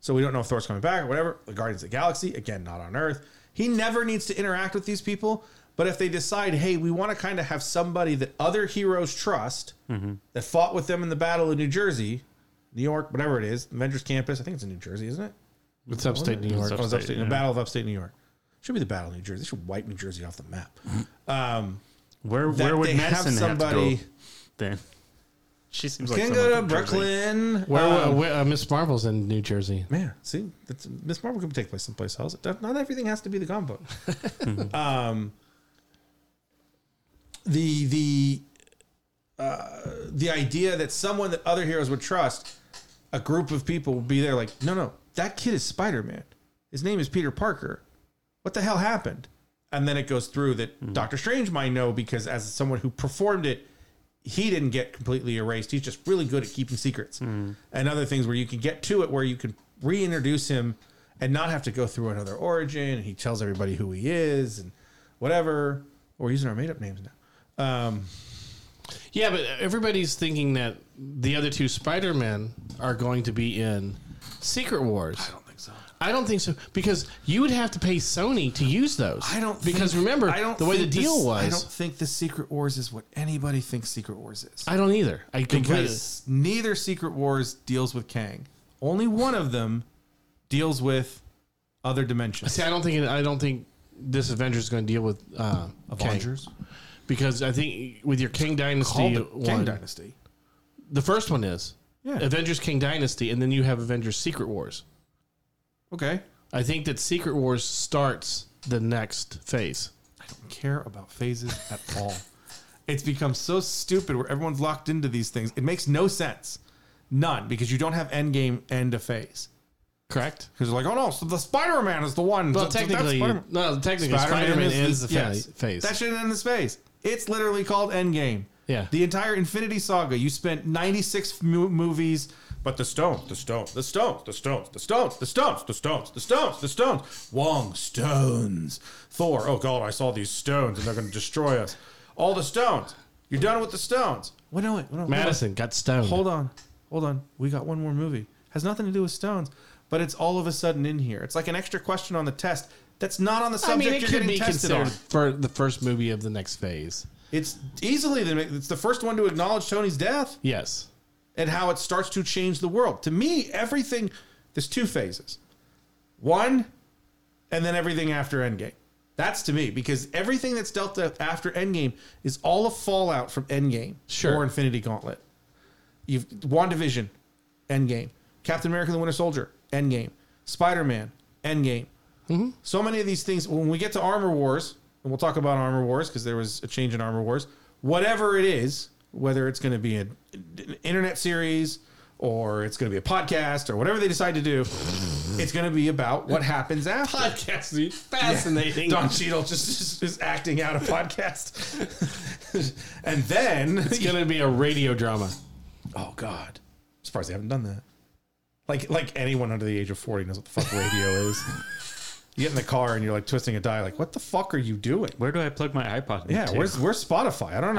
Speaker 2: So we don't know if Thor's coming back or whatever. The Guardians of the Galaxy, again, not on Earth. He never needs to interact with these people. But if they decide, hey, we want to kind of have somebody that other heroes trust
Speaker 3: Mm-hmm.
Speaker 2: that fought with them in the Battle of New Jersey, New York, whatever it is, Avengers Campus, I think it's in New Jersey, isn't it?
Speaker 1: It's upstate New York.
Speaker 2: Or it was
Speaker 3: upstate,
Speaker 2: upstate-
Speaker 3: yeah.
Speaker 2: The Battle of Upstate New York. Should be the Battle of New Jersey. They should wipe New Jersey off the map. Um,
Speaker 3: Where
Speaker 2: that
Speaker 3: where
Speaker 2: they
Speaker 3: would
Speaker 2: have
Speaker 3: Madison have,
Speaker 2: somebody-
Speaker 3: to go? Then she seems like
Speaker 2: can
Speaker 3: someone
Speaker 2: go to
Speaker 3: from Jersey.
Speaker 2: Brooklyn.
Speaker 1: Where,
Speaker 2: Um,
Speaker 1: where uh, Miss Marvel's in New Jersey.
Speaker 2: Man, see, that's, Miss Marvel could take place someplace else. That- Not everything has to be the comic book. um, the the uh, the idea that someone that other heroes would trust, a group of people would be there. Like, no, no, that kid is Spider Man. His name is Peter Parker. What the hell happened? And then it goes through that Doctor Strange might know because as someone who performed it, he didn't get completely erased. He's just really good at keeping secrets and other things where you can get to it where you can reintroduce him and not have to go through another origin. And he tells everybody who he is and whatever. We're using our made up names now. Um,
Speaker 1: Yeah, but everybody's thinking that the other two Spider Men are going to be in Secret Wars. I don't think so. I don't think so because you would have to pay Sony to use those.
Speaker 2: I don't
Speaker 1: because
Speaker 2: think-
Speaker 1: remember
Speaker 2: I don't
Speaker 1: the way the
Speaker 2: think
Speaker 1: deal
Speaker 2: this-
Speaker 1: was.
Speaker 2: I don't think the Secret Wars is what anybody thinks Secret Wars is.
Speaker 1: I don't either. I completely.
Speaker 2: because neither Secret Wars deals with Kang. Only one of them deals with other dimensions.
Speaker 1: See, I don't think it, I don't think this Avengers is going to deal with uh, Kang.
Speaker 2: Avengers?
Speaker 1: because I think with your King Dynasty
Speaker 2: Called it
Speaker 1: one,
Speaker 2: Kang Dynasty.
Speaker 1: the first one is
Speaker 2: Yeah.
Speaker 1: Avengers King Dynasty, and then you have Avengers Secret Wars.
Speaker 2: Okay.
Speaker 1: I think that Secret Wars starts the next phase.
Speaker 2: I don't care about phases at all. It's become so stupid where everyone's locked into these things. It makes no sense. None, because you don't have endgame end of phase.
Speaker 1: Correct.
Speaker 2: Because they're like, oh no, so the Spider Man is the one.
Speaker 1: Well,
Speaker 2: So- so that's
Speaker 1: technically,
Speaker 2: Spider-Man.
Speaker 1: no, technically,
Speaker 2: Spider-Man
Speaker 1: Spider Man
Speaker 2: is-
Speaker 1: ends the fa-
Speaker 2: yes.
Speaker 1: phase.
Speaker 2: That should end the space. It's literally called Endgame.
Speaker 1: Yeah.
Speaker 2: The entire Infinity Saga. You spent 96 mo- movies, but the stones, the stones, the stones, the stones, the stones, the stones, the stones, the stones, the stones. Wong stones. Thor. Oh god, I saw these stones, and they're going to destroy us. All the stones. You're done with the stones. Wait, no, wait, no, hold on.
Speaker 1: Madison got stoned.
Speaker 2: Hold on. Hold on. We got one more movie. Has nothing to do with stones, but it's all of a sudden in here. It's like an extra question on the test that's not on the
Speaker 1: I
Speaker 2: subject
Speaker 1: mean, it
Speaker 2: you're
Speaker 1: could
Speaker 2: getting
Speaker 1: be
Speaker 2: tested
Speaker 1: considered for
Speaker 2: on.
Speaker 1: the first movie of the next phase.
Speaker 2: It's easily the it's the first one to acknowledge Tony's death
Speaker 1: Yes.
Speaker 2: and how it starts to change the world. To me, everything there's two phases. One and then everything after Endgame. That's to me because everything that's dealt with after Endgame is all a fallout from Endgame
Speaker 1: Sure.
Speaker 2: or Infinity Gauntlet. You've WandaVision, Endgame. Captain America and the Winter Soldier, Endgame. Spider-Man, Endgame. So many of these things, when we get to Armor Wars, and we'll talk about Armor Wars because there was a change in Armor Wars, whatever it is, whether it's going to be a, an internet series or it's going to be a podcast or whatever they decide to do, it's going to be about what happens after.
Speaker 1: Podcast is fascinating.
Speaker 2: Don Cheadle just, just is acting out a podcast. and then,
Speaker 1: It's going to be a radio drama.
Speaker 2: oh God, I'm surprised they haven't done that. Like, like anyone under the age of 40 knows what the fuck radio is. You get in the car and you're like twisting a die, like, what the fuck are you doing?
Speaker 3: Where do I plug my iPod?
Speaker 2: Yeah,
Speaker 3: into?
Speaker 2: where's where's Spotify? I don't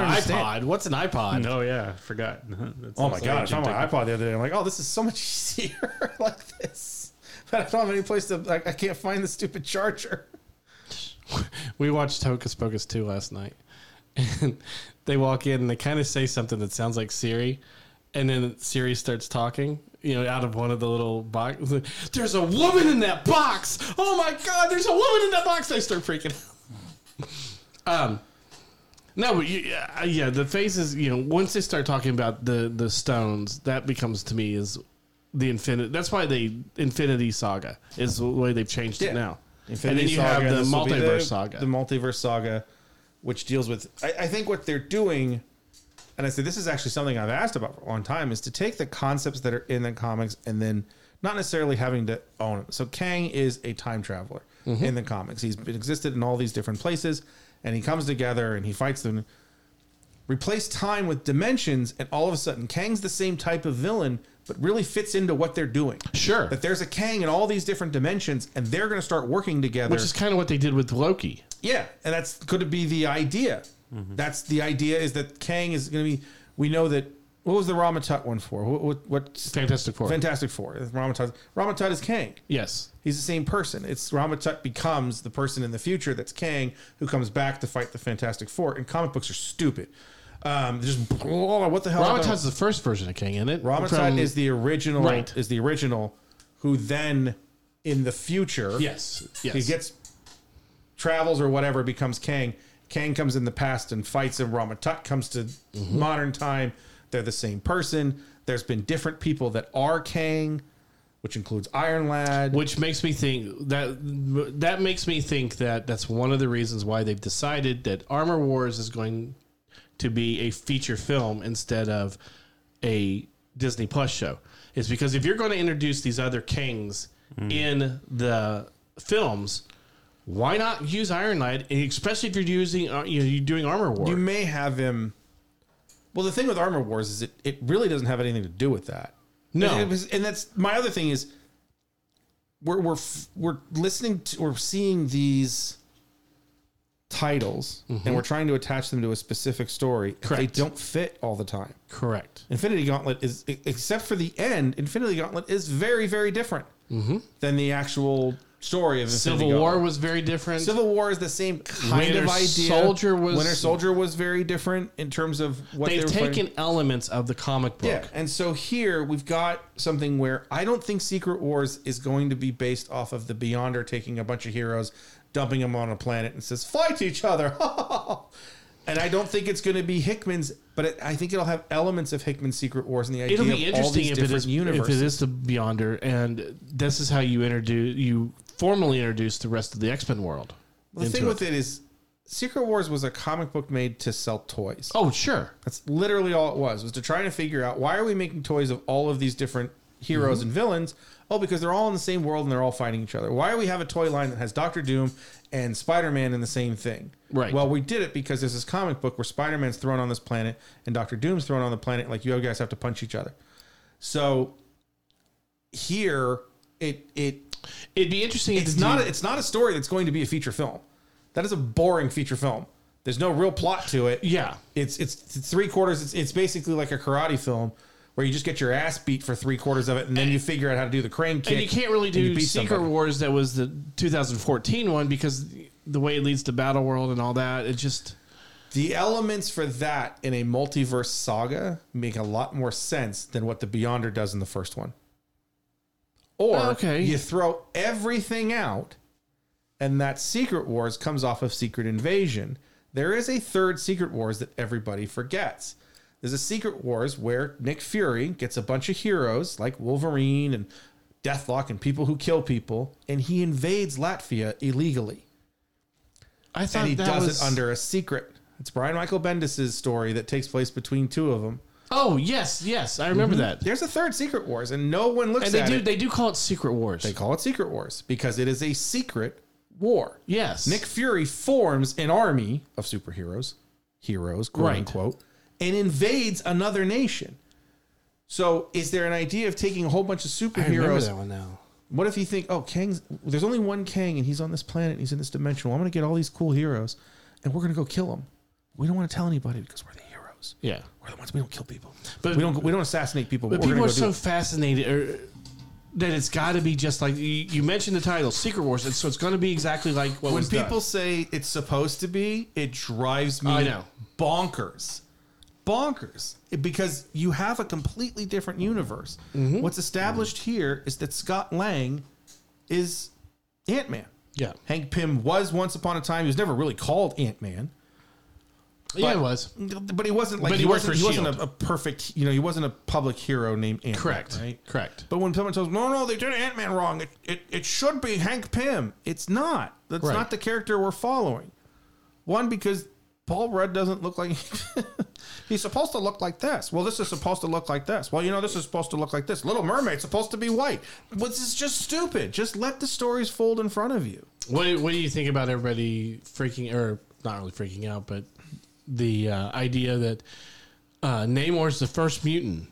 Speaker 1: iPod.
Speaker 2: understand.
Speaker 1: What's an iPod?
Speaker 3: Oh yeah, I forgot. That's
Speaker 2: Oh my
Speaker 3: also
Speaker 2: god, I
Speaker 3: ancient
Speaker 2: found my
Speaker 3: technology.
Speaker 2: iPod the other day. I'm like, oh, this is so much easier like this. But I don't have any place to. I, I can't find the stupid charger.
Speaker 1: We watched Hocus Pocus 2 last night. And they walk in and they kind of say something that sounds like Siri. And then Siri starts talking, you know, out of one of the little box. There's a woman in that box. Oh my God, there's a woman in that box. I start freaking out. Um, no, but you, yeah, yeah, the faces, you know, once they start talking about the, the stones, that becomes to me is the infinite. That's why they Infinity Saga is the way they've changed
Speaker 2: Yeah.
Speaker 1: it now.
Speaker 2: Infinity
Speaker 1: and then you
Speaker 2: Saga,
Speaker 1: have
Speaker 2: this
Speaker 1: the
Speaker 2: will be
Speaker 1: multiverse saga.
Speaker 2: The multiverse saga, which deals with, I, I think what they're doing, and I say this is actually something I've asked about for a long time, is to take the concepts that are in the comics and then not necessarily having to own him. So Kang is a time traveler
Speaker 1: Mm-hmm.
Speaker 2: in the comics. He's been existed in all these different places, and he comes together and he fights them. Replace time with dimensions, and all of a sudden, Kang's the same type of villain, but really fits into what they're doing.
Speaker 1: Sure.
Speaker 2: That there's a Kang in all these different dimensions, and they're going to start working together.
Speaker 1: Which is kind of what they did with Loki.
Speaker 2: Yeah, and that's going to be the idea.
Speaker 1: Mm-hmm.
Speaker 2: That's the idea is that Kang is going to be. We know that. What was the Ramatut one for? What, what what's
Speaker 1: Fantastic Four.
Speaker 2: Fantastic Four. It's Ramatut. Ramatut is Kang.
Speaker 1: yes.
Speaker 2: He's the same person. It's Ramatut becomes the person in the future that's Kang who comes back to fight the Fantastic Four. And comic books are stupid. Um, just blah, what the hell?
Speaker 1: Ramatut's the first version of King, isn't it?
Speaker 2: Ramatut
Speaker 1: From-
Speaker 2: is the original.
Speaker 1: Right.
Speaker 2: Is the original who then in the future
Speaker 1: Yes. Yes.
Speaker 2: he gets travels or whatever becomes Kang. Kang comes in the past and fights, and Ramatut comes to
Speaker 1: Mm-hmm.
Speaker 2: modern time. They're the same person. There's been different people that are Kang, which includes Iron Lad.
Speaker 1: which makes me think that that makes me think that that's one of the reasons why they've decided that Armor Wars is going to be a feature film instead of a Disney Plus show. Is because if you're going to introduce these other kings
Speaker 2: Mm.
Speaker 1: in the films, why not use Iron Lad? and Especially if you're using uh, you know, you're doing Armor War.
Speaker 2: you may have him. Well, the thing with Armor Wars is it, it really doesn't have anything to do with that.
Speaker 1: No.
Speaker 2: and, it was- and that's my other thing is we're we're f- we're listening to we're seeing these titles and we're trying to attach them to a specific story. They
Speaker 1: Mm-hmm. Correct.
Speaker 2: don't fit all the time.
Speaker 1: Correct.
Speaker 2: Infinity Gauntlet is e- except for the end. Infinity Gauntlet is very very different than the actual story of Infinity
Speaker 1: Mm-hmm. Civil War
Speaker 2: Gauntlet.
Speaker 1: was very different.
Speaker 2: Civil War is the same kind of
Speaker 1: Winter
Speaker 2: idea.
Speaker 1: Soldier was-
Speaker 2: Winter Soldier was very different in terms of what they
Speaker 1: They've
Speaker 2: were
Speaker 1: taken
Speaker 2: fighting.
Speaker 1: elements of the comic book.
Speaker 2: Yeah, and so here we've got something where I don't think Secret Wars is going to be based off of the Beyonder taking a bunch of heroes, dumping them on a planet, and says fight each other. and I don't think it's going to be Hickman's, but it, I think it'll have elements of Hickman's Secret Wars and the idea
Speaker 1: It'll be
Speaker 2: of all
Speaker 1: interesting
Speaker 2: these
Speaker 1: if it
Speaker 2: different
Speaker 1: is
Speaker 2: universes.
Speaker 1: if it is the Beyonder, and this is how you introduce you formally introduce the rest of the X Men world.
Speaker 2: the
Speaker 1: into
Speaker 2: thing with it is, Secret Wars was a comic book made to sell toys.
Speaker 1: oh sure,
Speaker 2: That's literally all it was, was to try to figure out why are we making toys of all of these different heroes and villains? Oh, because they're all in the same world and they're all fighting each other. Why do we have a toy line that has Doctor Doom and Spider-Man in the same thing?
Speaker 1: Right.
Speaker 2: Well, we did it because there's this comic book where Spider-Man's thrown on this planet and Doctor Doom's thrown on the planet. Like you guys have to punch each other. So here it it
Speaker 1: it'd be interesting.
Speaker 2: it's
Speaker 1: to
Speaker 2: not
Speaker 1: do-
Speaker 2: a, it's not a story that's going to be a feature film. That is a boring feature film. There's no real plot to it
Speaker 1: yeah,
Speaker 2: it's it's it's three quarters. It's it's basically like a karate film where you just get your ass beat for three quarters of it, and then you figure out how to do the crane kick.
Speaker 1: and you can't really
Speaker 2: and you
Speaker 1: do
Speaker 2: beat
Speaker 1: Secret
Speaker 2: somebody.
Speaker 1: Wars that was the 2014 one because the way it leads to Battle World and all that. It just
Speaker 2: The elements for that in a multiverse saga make a lot more sense than what the Beyonder does in the first one. Or
Speaker 1: Okay.
Speaker 2: you throw everything out, and that Secret Wars comes off of Secret Invasion. There is a third Secret Wars that everybody forgets. There's a Secret Wars where Nick Fury gets a bunch of heroes like Wolverine and Deathlock and people who kill people, and he invades Latvia illegally
Speaker 1: I thought
Speaker 2: and he
Speaker 1: that
Speaker 2: does
Speaker 1: was
Speaker 2: it under a secret. It's Brian Michael Bendis' story that takes place between two of them.
Speaker 1: Oh yes, yes, I remember that.
Speaker 2: There's a third Secret Wars, and no one Mm-hmm. looks
Speaker 1: And
Speaker 2: at
Speaker 1: they do
Speaker 2: it.
Speaker 1: they do call it Secret Wars.
Speaker 2: They call it Secret Wars because it is a secret war.
Speaker 1: yes,
Speaker 2: Nick Fury forms an army of superheroes, heroes, quote
Speaker 1: Right.
Speaker 2: unquote, and invades another nation. So, is there an idea of taking a whole bunch of
Speaker 1: I remember
Speaker 2: superheroes
Speaker 1: that one now.
Speaker 2: What if you think, oh, Kang's there's only one Kang and he's on this planet and he's in this dimension. Well, I'm gonna get all these cool heroes and we're gonna go kill him. We don't want to tell anybody because we're the heroes.
Speaker 1: Yeah,
Speaker 2: We're the ones we don't kill people.
Speaker 1: But-
Speaker 2: we don't we don't assassinate people.
Speaker 1: But
Speaker 2: we're
Speaker 1: people
Speaker 2: gonna
Speaker 1: are
Speaker 2: go do
Speaker 1: so
Speaker 2: it.
Speaker 1: fascinated or, that it's got to be just like you, you mentioned the title, Secret Wars, and so it's going to be exactly like what
Speaker 2: when
Speaker 1: was done.
Speaker 2: people say it's supposed to be, it drives me
Speaker 1: I know.
Speaker 2: bonkers. Bonkers. Because you have a completely different universe. What's established here is that Scott Lang is Ant Man.
Speaker 1: Yeah,
Speaker 2: Hank Pym was once upon a time, he was never really called Ant Man.
Speaker 1: yeah, it was
Speaker 2: but he wasn't like
Speaker 1: But
Speaker 2: he,
Speaker 1: he worked
Speaker 2: wasn't,
Speaker 1: for
Speaker 2: he wasn't
Speaker 1: S.H.I.E.L.D..
Speaker 2: a, a perfect you know he wasn't a public hero named Ant
Speaker 1: E correct,
Speaker 2: right
Speaker 1: correct.
Speaker 2: but when someone tells no no they did Ant Man wrong it, it it should be Hank Pym it's not that's
Speaker 1: Right.
Speaker 2: not the character we're following one because Paul Rudd doesn't look like he's supposed to look like this. Well, this is supposed to look like this. Well, you know, this is supposed to look like this. Little Mermaid's supposed to be white. But this is just stupid. Just let the stories fold in front of you.
Speaker 1: What do, what do you think about everybody freaking or not really freaking out, but the uh, idea that uh, Namor's the first mutant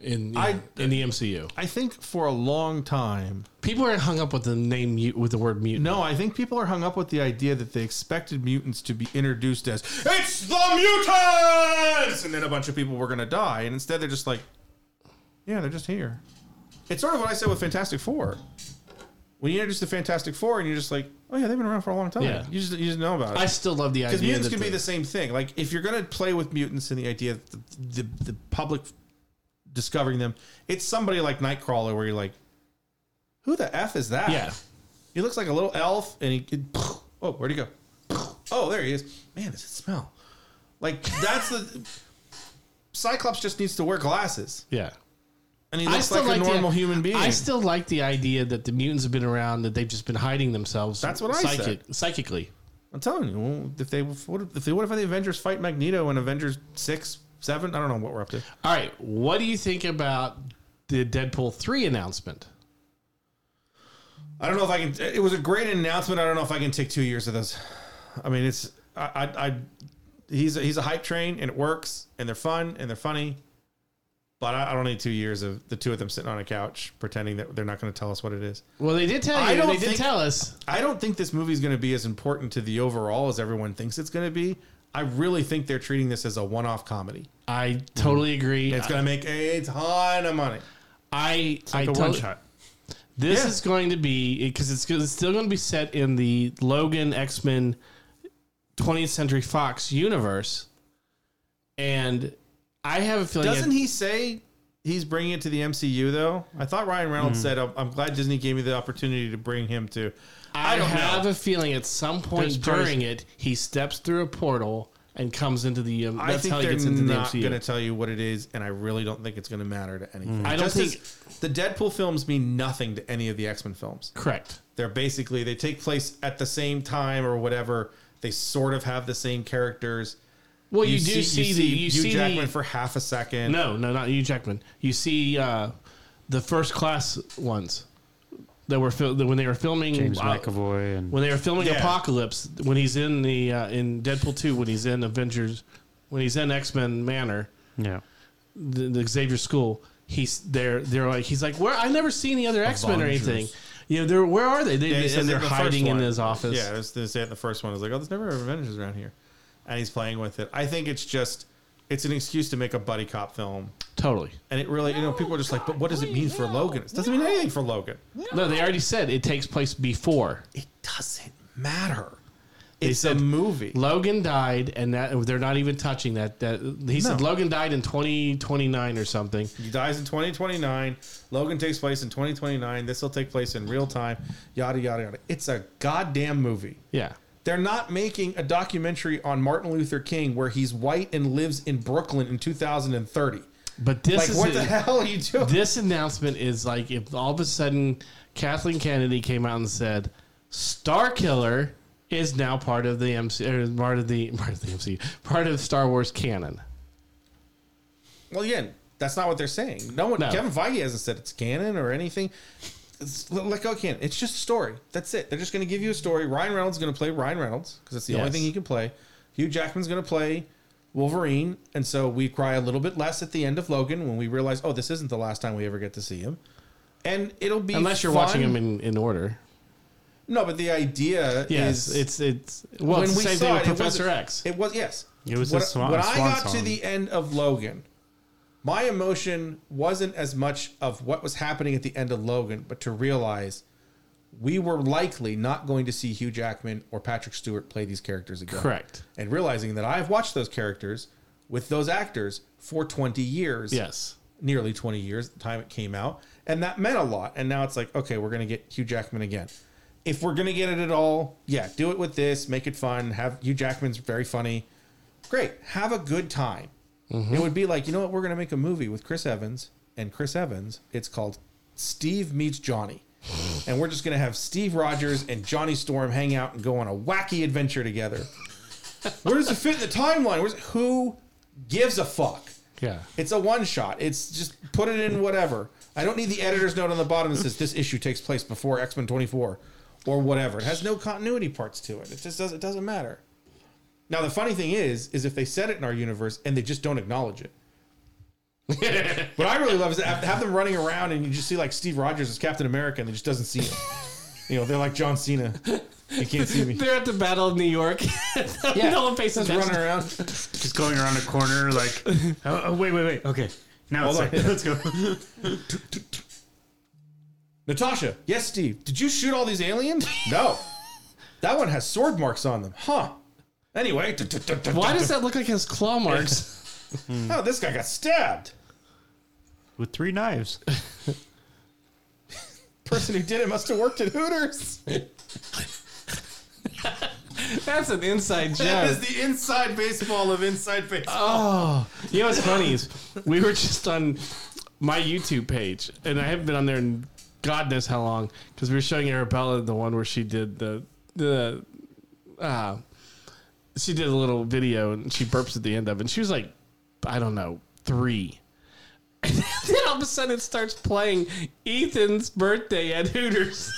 Speaker 1: in
Speaker 2: I-
Speaker 1: in the MCU?
Speaker 2: I think for a long time,
Speaker 1: People are hung up with the name mu- with the word mutant.
Speaker 2: no, I think people are hung up with the idea that they expected mutants to be introduced as it's the mutants, and then a bunch of people were going to die, and instead they're just like, yeah, they're just here. It's sort of what I said with Fantastic Four. When you introduce the Fantastic Four, and you're just like, oh yeah, they've been around for a long time.
Speaker 1: Yeah.
Speaker 2: You just you just know about it.
Speaker 1: I still love the idea
Speaker 2: Because mutants
Speaker 1: that
Speaker 2: can be the same thing. Like if you're gonna play with mutants and the idea that the, the, the public discovering them, it's somebody like Nightcrawler where you're like, who the f is that?
Speaker 1: yeah.
Speaker 2: he looks like a little elf, and he it- oh where'd he go? Oh there he is. Man, does it smell? Like that's the Cyclops just needs to wear glasses,
Speaker 1: Yeah.
Speaker 2: and he looks like, a
Speaker 1: the-
Speaker 2: normal human being.
Speaker 1: I still like the idea that the mutants have been around, that they've just been hiding themselves.
Speaker 2: That's what I
Speaker 1: Psychically.
Speaker 2: I'm telling you, well, if they what if they what if the Avengers fight Magneto in Avengers six seven? I don't know what we're up to.
Speaker 1: All right. What do you think about the Deadpool 3 announcement?
Speaker 2: I don't know if I can. It was a great announcement. I don't know if I can take two years of this. I mean, it's I I, I he's a, he's a hype train and it works and they're fun and they're funny, but I, I don't need two years of the two of them sitting on a couch pretending that they're not going to tell us what it is.
Speaker 1: Well, they did tell you.
Speaker 2: I don't
Speaker 1: they did
Speaker 2: think-
Speaker 1: tell us.
Speaker 2: I don't think this movie's going to be as important to the overall as everyone thinks it's going to be. I really think they're treating this as a one-off comedy.
Speaker 1: I totally agree.
Speaker 2: Mm-hmm. It's going to make a ton of money.
Speaker 1: I I
Speaker 3: The
Speaker 1: tell-
Speaker 3: one shot.
Speaker 1: This
Speaker 2: Yeah.
Speaker 1: is going to be because it's, 'cause it's still going to be set in the Logan X Men 20th Century Fox universe, and I have a feeling.
Speaker 2: Doesn't
Speaker 1: it-
Speaker 2: he say he's bringing it to the MCU though? I thought Ryan Reynolds
Speaker 1: Mm.
Speaker 2: said, "I'm I'm glad Disney gave me the opportunity to bring him to."
Speaker 1: I,
Speaker 2: I don't
Speaker 1: have
Speaker 2: know.
Speaker 1: a feeling at some point
Speaker 3: There's probably-
Speaker 1: during it, he steps through a portal and comes into the. Um,
Speaker 2: I
Speaker 1: that's
Speaker 2: think
Speaker 1: how he
Speaker 2: they're
Speaker 1: gets into the
Speaker 2: not
Speaker 1: MCU.
Speaker 2: going to tell you what it is, and I really don't think it's going to matter to anything.
Speaker 1: I don't
Speaker 2: Mm. Just as the Deadpool films mean nothing to any of the X Men films.
Speaker 1: Correct.
Speaker 2: They're basically they take place at the same time or whatever. They sort of have the same characters.
Speaker 1: Well, you, do see, the you
Speaker 2: Hugh
Speaker 1: see
Speaker 2: Jackman
Speaker 1: the,
Speaker 2: for half a second.
Speaker 1: no no not you Jackman. You see uh, the first class ones that were fil- that when they were filming
Speaker 3: James
Speaker 1: uh,
Speaker 3: McAvoy and
Speaker 1: when they were filming
Speaker 2: Yeah.
Speaker 1: Apocalypse, when he's in the uh, in Deadpool two, when he's in Avengers, when he's in X Men Manor,
Speaker 3: yeah,
Speaker 1: the, the Xavier School, he's there. They're like he's like where I never see any other X Men or
Speaker 2: Avengers.
Speaker 1: anything. You know, they're where are they? they
Speaker 2: Yeah, he says
Speaker 1: and
Speaker 2: it
Speaker 1: they're
Speaker 2: in the first
Speaker 1: hiding in
Speaker 2: one.
Speaker 1: his office.
Speaker 2: Yeah, it was they say it in the first one. I was like, oh, there's never Avengers around here, and he's playing with it. I think it's just it's an excuse to make a buddy cop film,
Speaker 1: totally.
Speaker 2: and it really you know people are just like, but what does it mean for Logan? It doesn't mean anything for Logan.
Speaker 1: No, they already said it takes place before
Speaker 2: It doesn't matter. It's
Speaker 1: said-
Speaker 2: a movie.
Speaker 1: Logan died, and that they're not even touching that. That he said
Speaker 2: No.
Speaker 1: Logan died in twenty twenty nine or something.
Speaker 2: He dies in 2029. Logan takes place in 2029. This will take place in real time. Yada yada yada. It's a goddamn movie.
Speaker 1: Yeah.
Speaker 2: They're not making a documentary on Martin Luther King where he's white and lives in Brooklyn in 2030.
Speaker 1: But this
Speaker 2: Like,
Speaker 1: is
Speaker 2: what
Speaker 1: it.
Speaker 2: the hell are you doing?
Speaker 1: this announcement is like if all of a sudden Kathleen Kennedy came out and said Star Killer is now part of the MC or part of the part of the MC part of Star Wars canon.
Speaker 2: Well, again, that's not what they're saying. No one,
Speaker 1: No.
Speaker 2: Kevin Feige hasn't said it's canon or anything. It's, let let go of canon. It's just a story. That's it. They're just going to give you a story. Ryan Reynolds is going to play Ryan Reynolds because it's the only
Speaker 1: Yes.
Speaker 2: thing he can play. Hugh Jackman's going to play Wolverine, and so we cry a little bit less at the end of Logan when we realize, oh, this isn't the last time we ever get to see him. And it'll be
Speaker 1: Unless you're
Speaker 2: fun.
Speaker 1: watching them in, in order.
Speaker 2: No, but the idea
Speaker 1: Yes,
Speaker 2: is
Speaker 1: it's it's well it's the same thing with Professor
Speaker 2: wasn't-
Speaker 1: X.
Speaker 2: It was yes.
Speaker 3: It was
Speaker 2: when,
Speaker 3: a swan-
Speaker 2: when
Speaker 3: a
Speaker 2: I
Speaker 3: swan
Speaker 2: got to
Speaker 3: song.
Speaker 2: the end of Logan. My emotion wasn't as much of what was happening at the end of Logan, but to realize we were likely not going to see Hugh Jackman or Patrick Stewart play these characters again.
Speaker 1: Correct.
Speaker 2: And realizing that I've watched those characters with those actors for 20 years
Speaker 1: Yes.
Speaker 2: nearly 20 years the time it came out and that meant a lot and now it's like okay we're going to get hugh jackman again if we're going to get it at all yeah do it with this make it fun have hugh jackman's very funny great have a good time it would be like you know what we're going to make a movie with chris evans and chris evans it's called steve meets johnny and we're just going to have steve rogers and johnny storm hang out and go on a wacky adventure together Where does it fit in the timeline? Where's, who gives a fuck?
Speaker 3: Yeah.
Speaker 2: It's a one shot. It's just put it in whatever. I don't need the editor's note on the bottom that says this issue takes place before X Men twenty four, or whatever. It has no continuity parts to it. It just does. It doesn't matter. Now the funny thing is, is if they said it in our universe and they just don't acknowledge it. what I really love is to have, have them running around and you just see like Steve Rogers as Captain America and he just doesn't see it. You know, they're like John Cena. You can't see me.
Speaker 5: They're at the Battle of New York. no one pays
Speaker 2: Just
Speaker 5: attention.
Speaker 2: running around.
Speaker 3: Just going around a corner, like, oh, oh, wait, wait, wait. Okay. Now it's
Speaker 2: Hold on.
Speaker 3: like, let's go.
Speaker 2: Natasha, yes, Steve. Did you shoot all these aliens? No. that one has sword marks on them. Huh. Anyway,
Speaker 1: Why does that look like his claw marks?
Speaker 2: Oh, this guy got stabbed.
Speaker 3: With three knives.
Speaker 2: Person who did it must have worked at Hooters.
Speaker 5: That's an inside
Speaker 2: That
Speaker 5: joke.
Speaker 2: is the inside baseball of inside baseball.
Speaker 1: Oh, you know what's funny is we were just on my YouTube page, and I haven't been on there in God knows how long because we were showing Arabella the one where she did the the uh, she did a little video and she burps at the end of it. And she was like, I don't know, three. And then all of a sudden it starts playing Ethan's birthday at Hooters.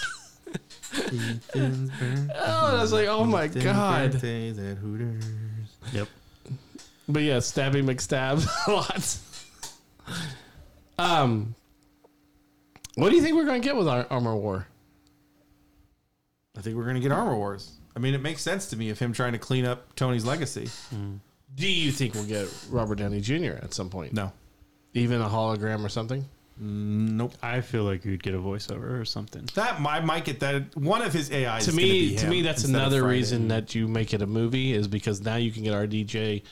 Speaker 1: oh, and I was like, oh my god.
Speaker 6: Birthdays at Hooters.
Speaker 3: Yep.
Speaker 1: But yeah, stabbing McStab a lot. Um, what do you think we're going to get with our Armor War?
Speaker 2: I think we're going to get Armor Wars. I mean, it makes sense to me of him trying to clean up Tony's legacy.
Speaker 1: Do you think we'll get Robert Downey Jr. at some point?
Speaker 2: No.
Speaker 1: Even a hologram or something?
Speaker 2: Nope.
Speaker 3: I feel like you'd get a voiceover or something.
Speaker 2: That I might get that one of his AIs.
Speaker 1: to me, to me, that's another reason that you make it a movie is because now you can get RDJ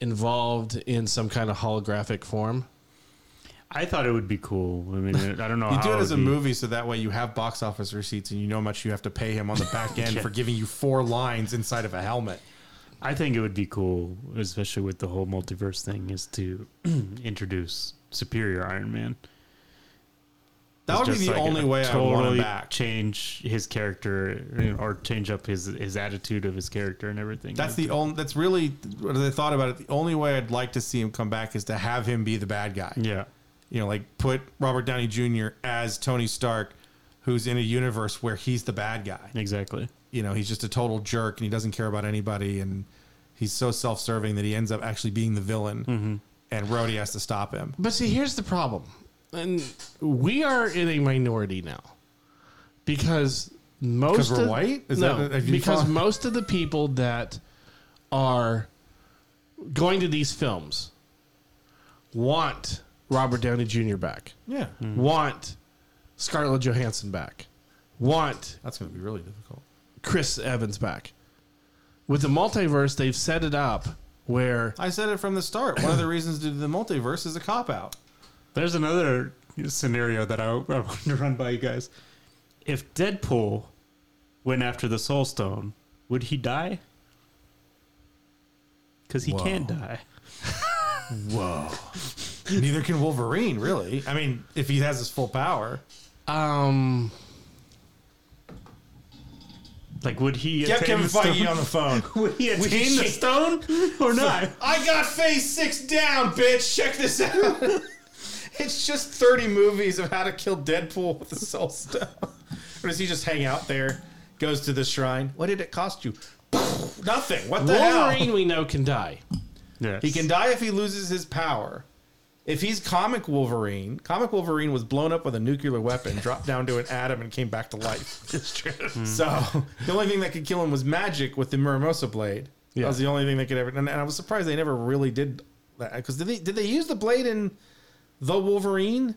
Speaker 1: involved in some kind of holographic form.
Speaker 3: I thought it would be cool. I mean, I don't know
Speaker 2: You
Speaker 3: how
Speaker 2: do it
Speaker 3: would
Speaker 2: as a
Speaker 3: be-
Speaker 2: movie, so that way you have box office receipts and you know how much you have to pay him on the back end for giving you four lines inside of a helmet.
Speaker 3: I think it would be cool, especially with the whole multiverse thing, is to introduce Superior Iron Man.
Speaker 2: That would be
Speaker 3: Just
Speaker 2: the
Speaker 3: like
Speaker 2: only way I would want him back.
Speaker 3: Change his character you know, or change up his his attitude of his character and everything.
Speaker 2: That's the only. That's really what I thought about it. The only way I'd like to see him come back is to have him be the bad guy.
Speaker 3: yeah.
Speaker 2: You know, like put Robert Downey Jr. as Tony Stark, who's in a universe where he's the bad guy.
Speaker 3: Exactly.
Speaker 2: You know, he's just a total jerk and he doesn't care about anybody, and he's so self-serving that he ends up actually being the villain.
Speaker 3: Mm-hmm.
Speaker 2: And Rhodey has to stop him.
Speaker 1: But see, here's the problem. And we are in a minority now. Because most
Speaker 2: 'Cause we're
Speaker 1: of-
Speaker 2: white? Is
Speaker 1: no,
Speaker 2: that- have you
Speaker 1: because
Speaker 2: found-
Speaker 1: most of the people that are going to these films want Robert Downey Jr. back.
Speaker 2: Yeah,
Speaker 1: Want Scarlett Johansson back. Want
Speaker 2: that's going to be really difficult.
Speaker 1: Chris Evans back. With the multiverse, they've set it up where
Speaker 2: I said it from the start. One of the reasons to do the multiverse is a cop out.
Speaker 3: There's another scenario that I, I want to run by you guys. If Deadpool went after the Soul Stone, would he die? Because he can't die.
Speaker 2: Neither can Wolverine, really. I mean, if he has his full power.
Speaker 1: um
Speaker 3: Like, would he
Speaker 2: Get
Speaker 3: attain
Speaker 2: Kevin
Speaker 3: the stone?
Speaker 2: Feige on the phone.
Speaker 3: Would he attain the stone or not?
Speaker 2: I got phase six down, bitch. Check this out. it's just 30 movies of how to kill Deadpool with the soul stone. Or does he just hang out there, goes to the shrine? What did it cost you? Nothing. What the hell?
Speaker 1: Wolverine we know can die.
Speaker 3: Yes.
Speaker 2: He can die if he loses his power. If he's comic Wolverine, comic Wolverine was blown up with a nuclear weapon, dropped down to an atom, and came back to life.
Speaker 3: It's true.
Speaker 2: So the only thing that could kill him was magic with the Muramosa blade. That was the only thing they could ever. And, and I was surprised they never really did that because did they did they use the blade in the Wolverine?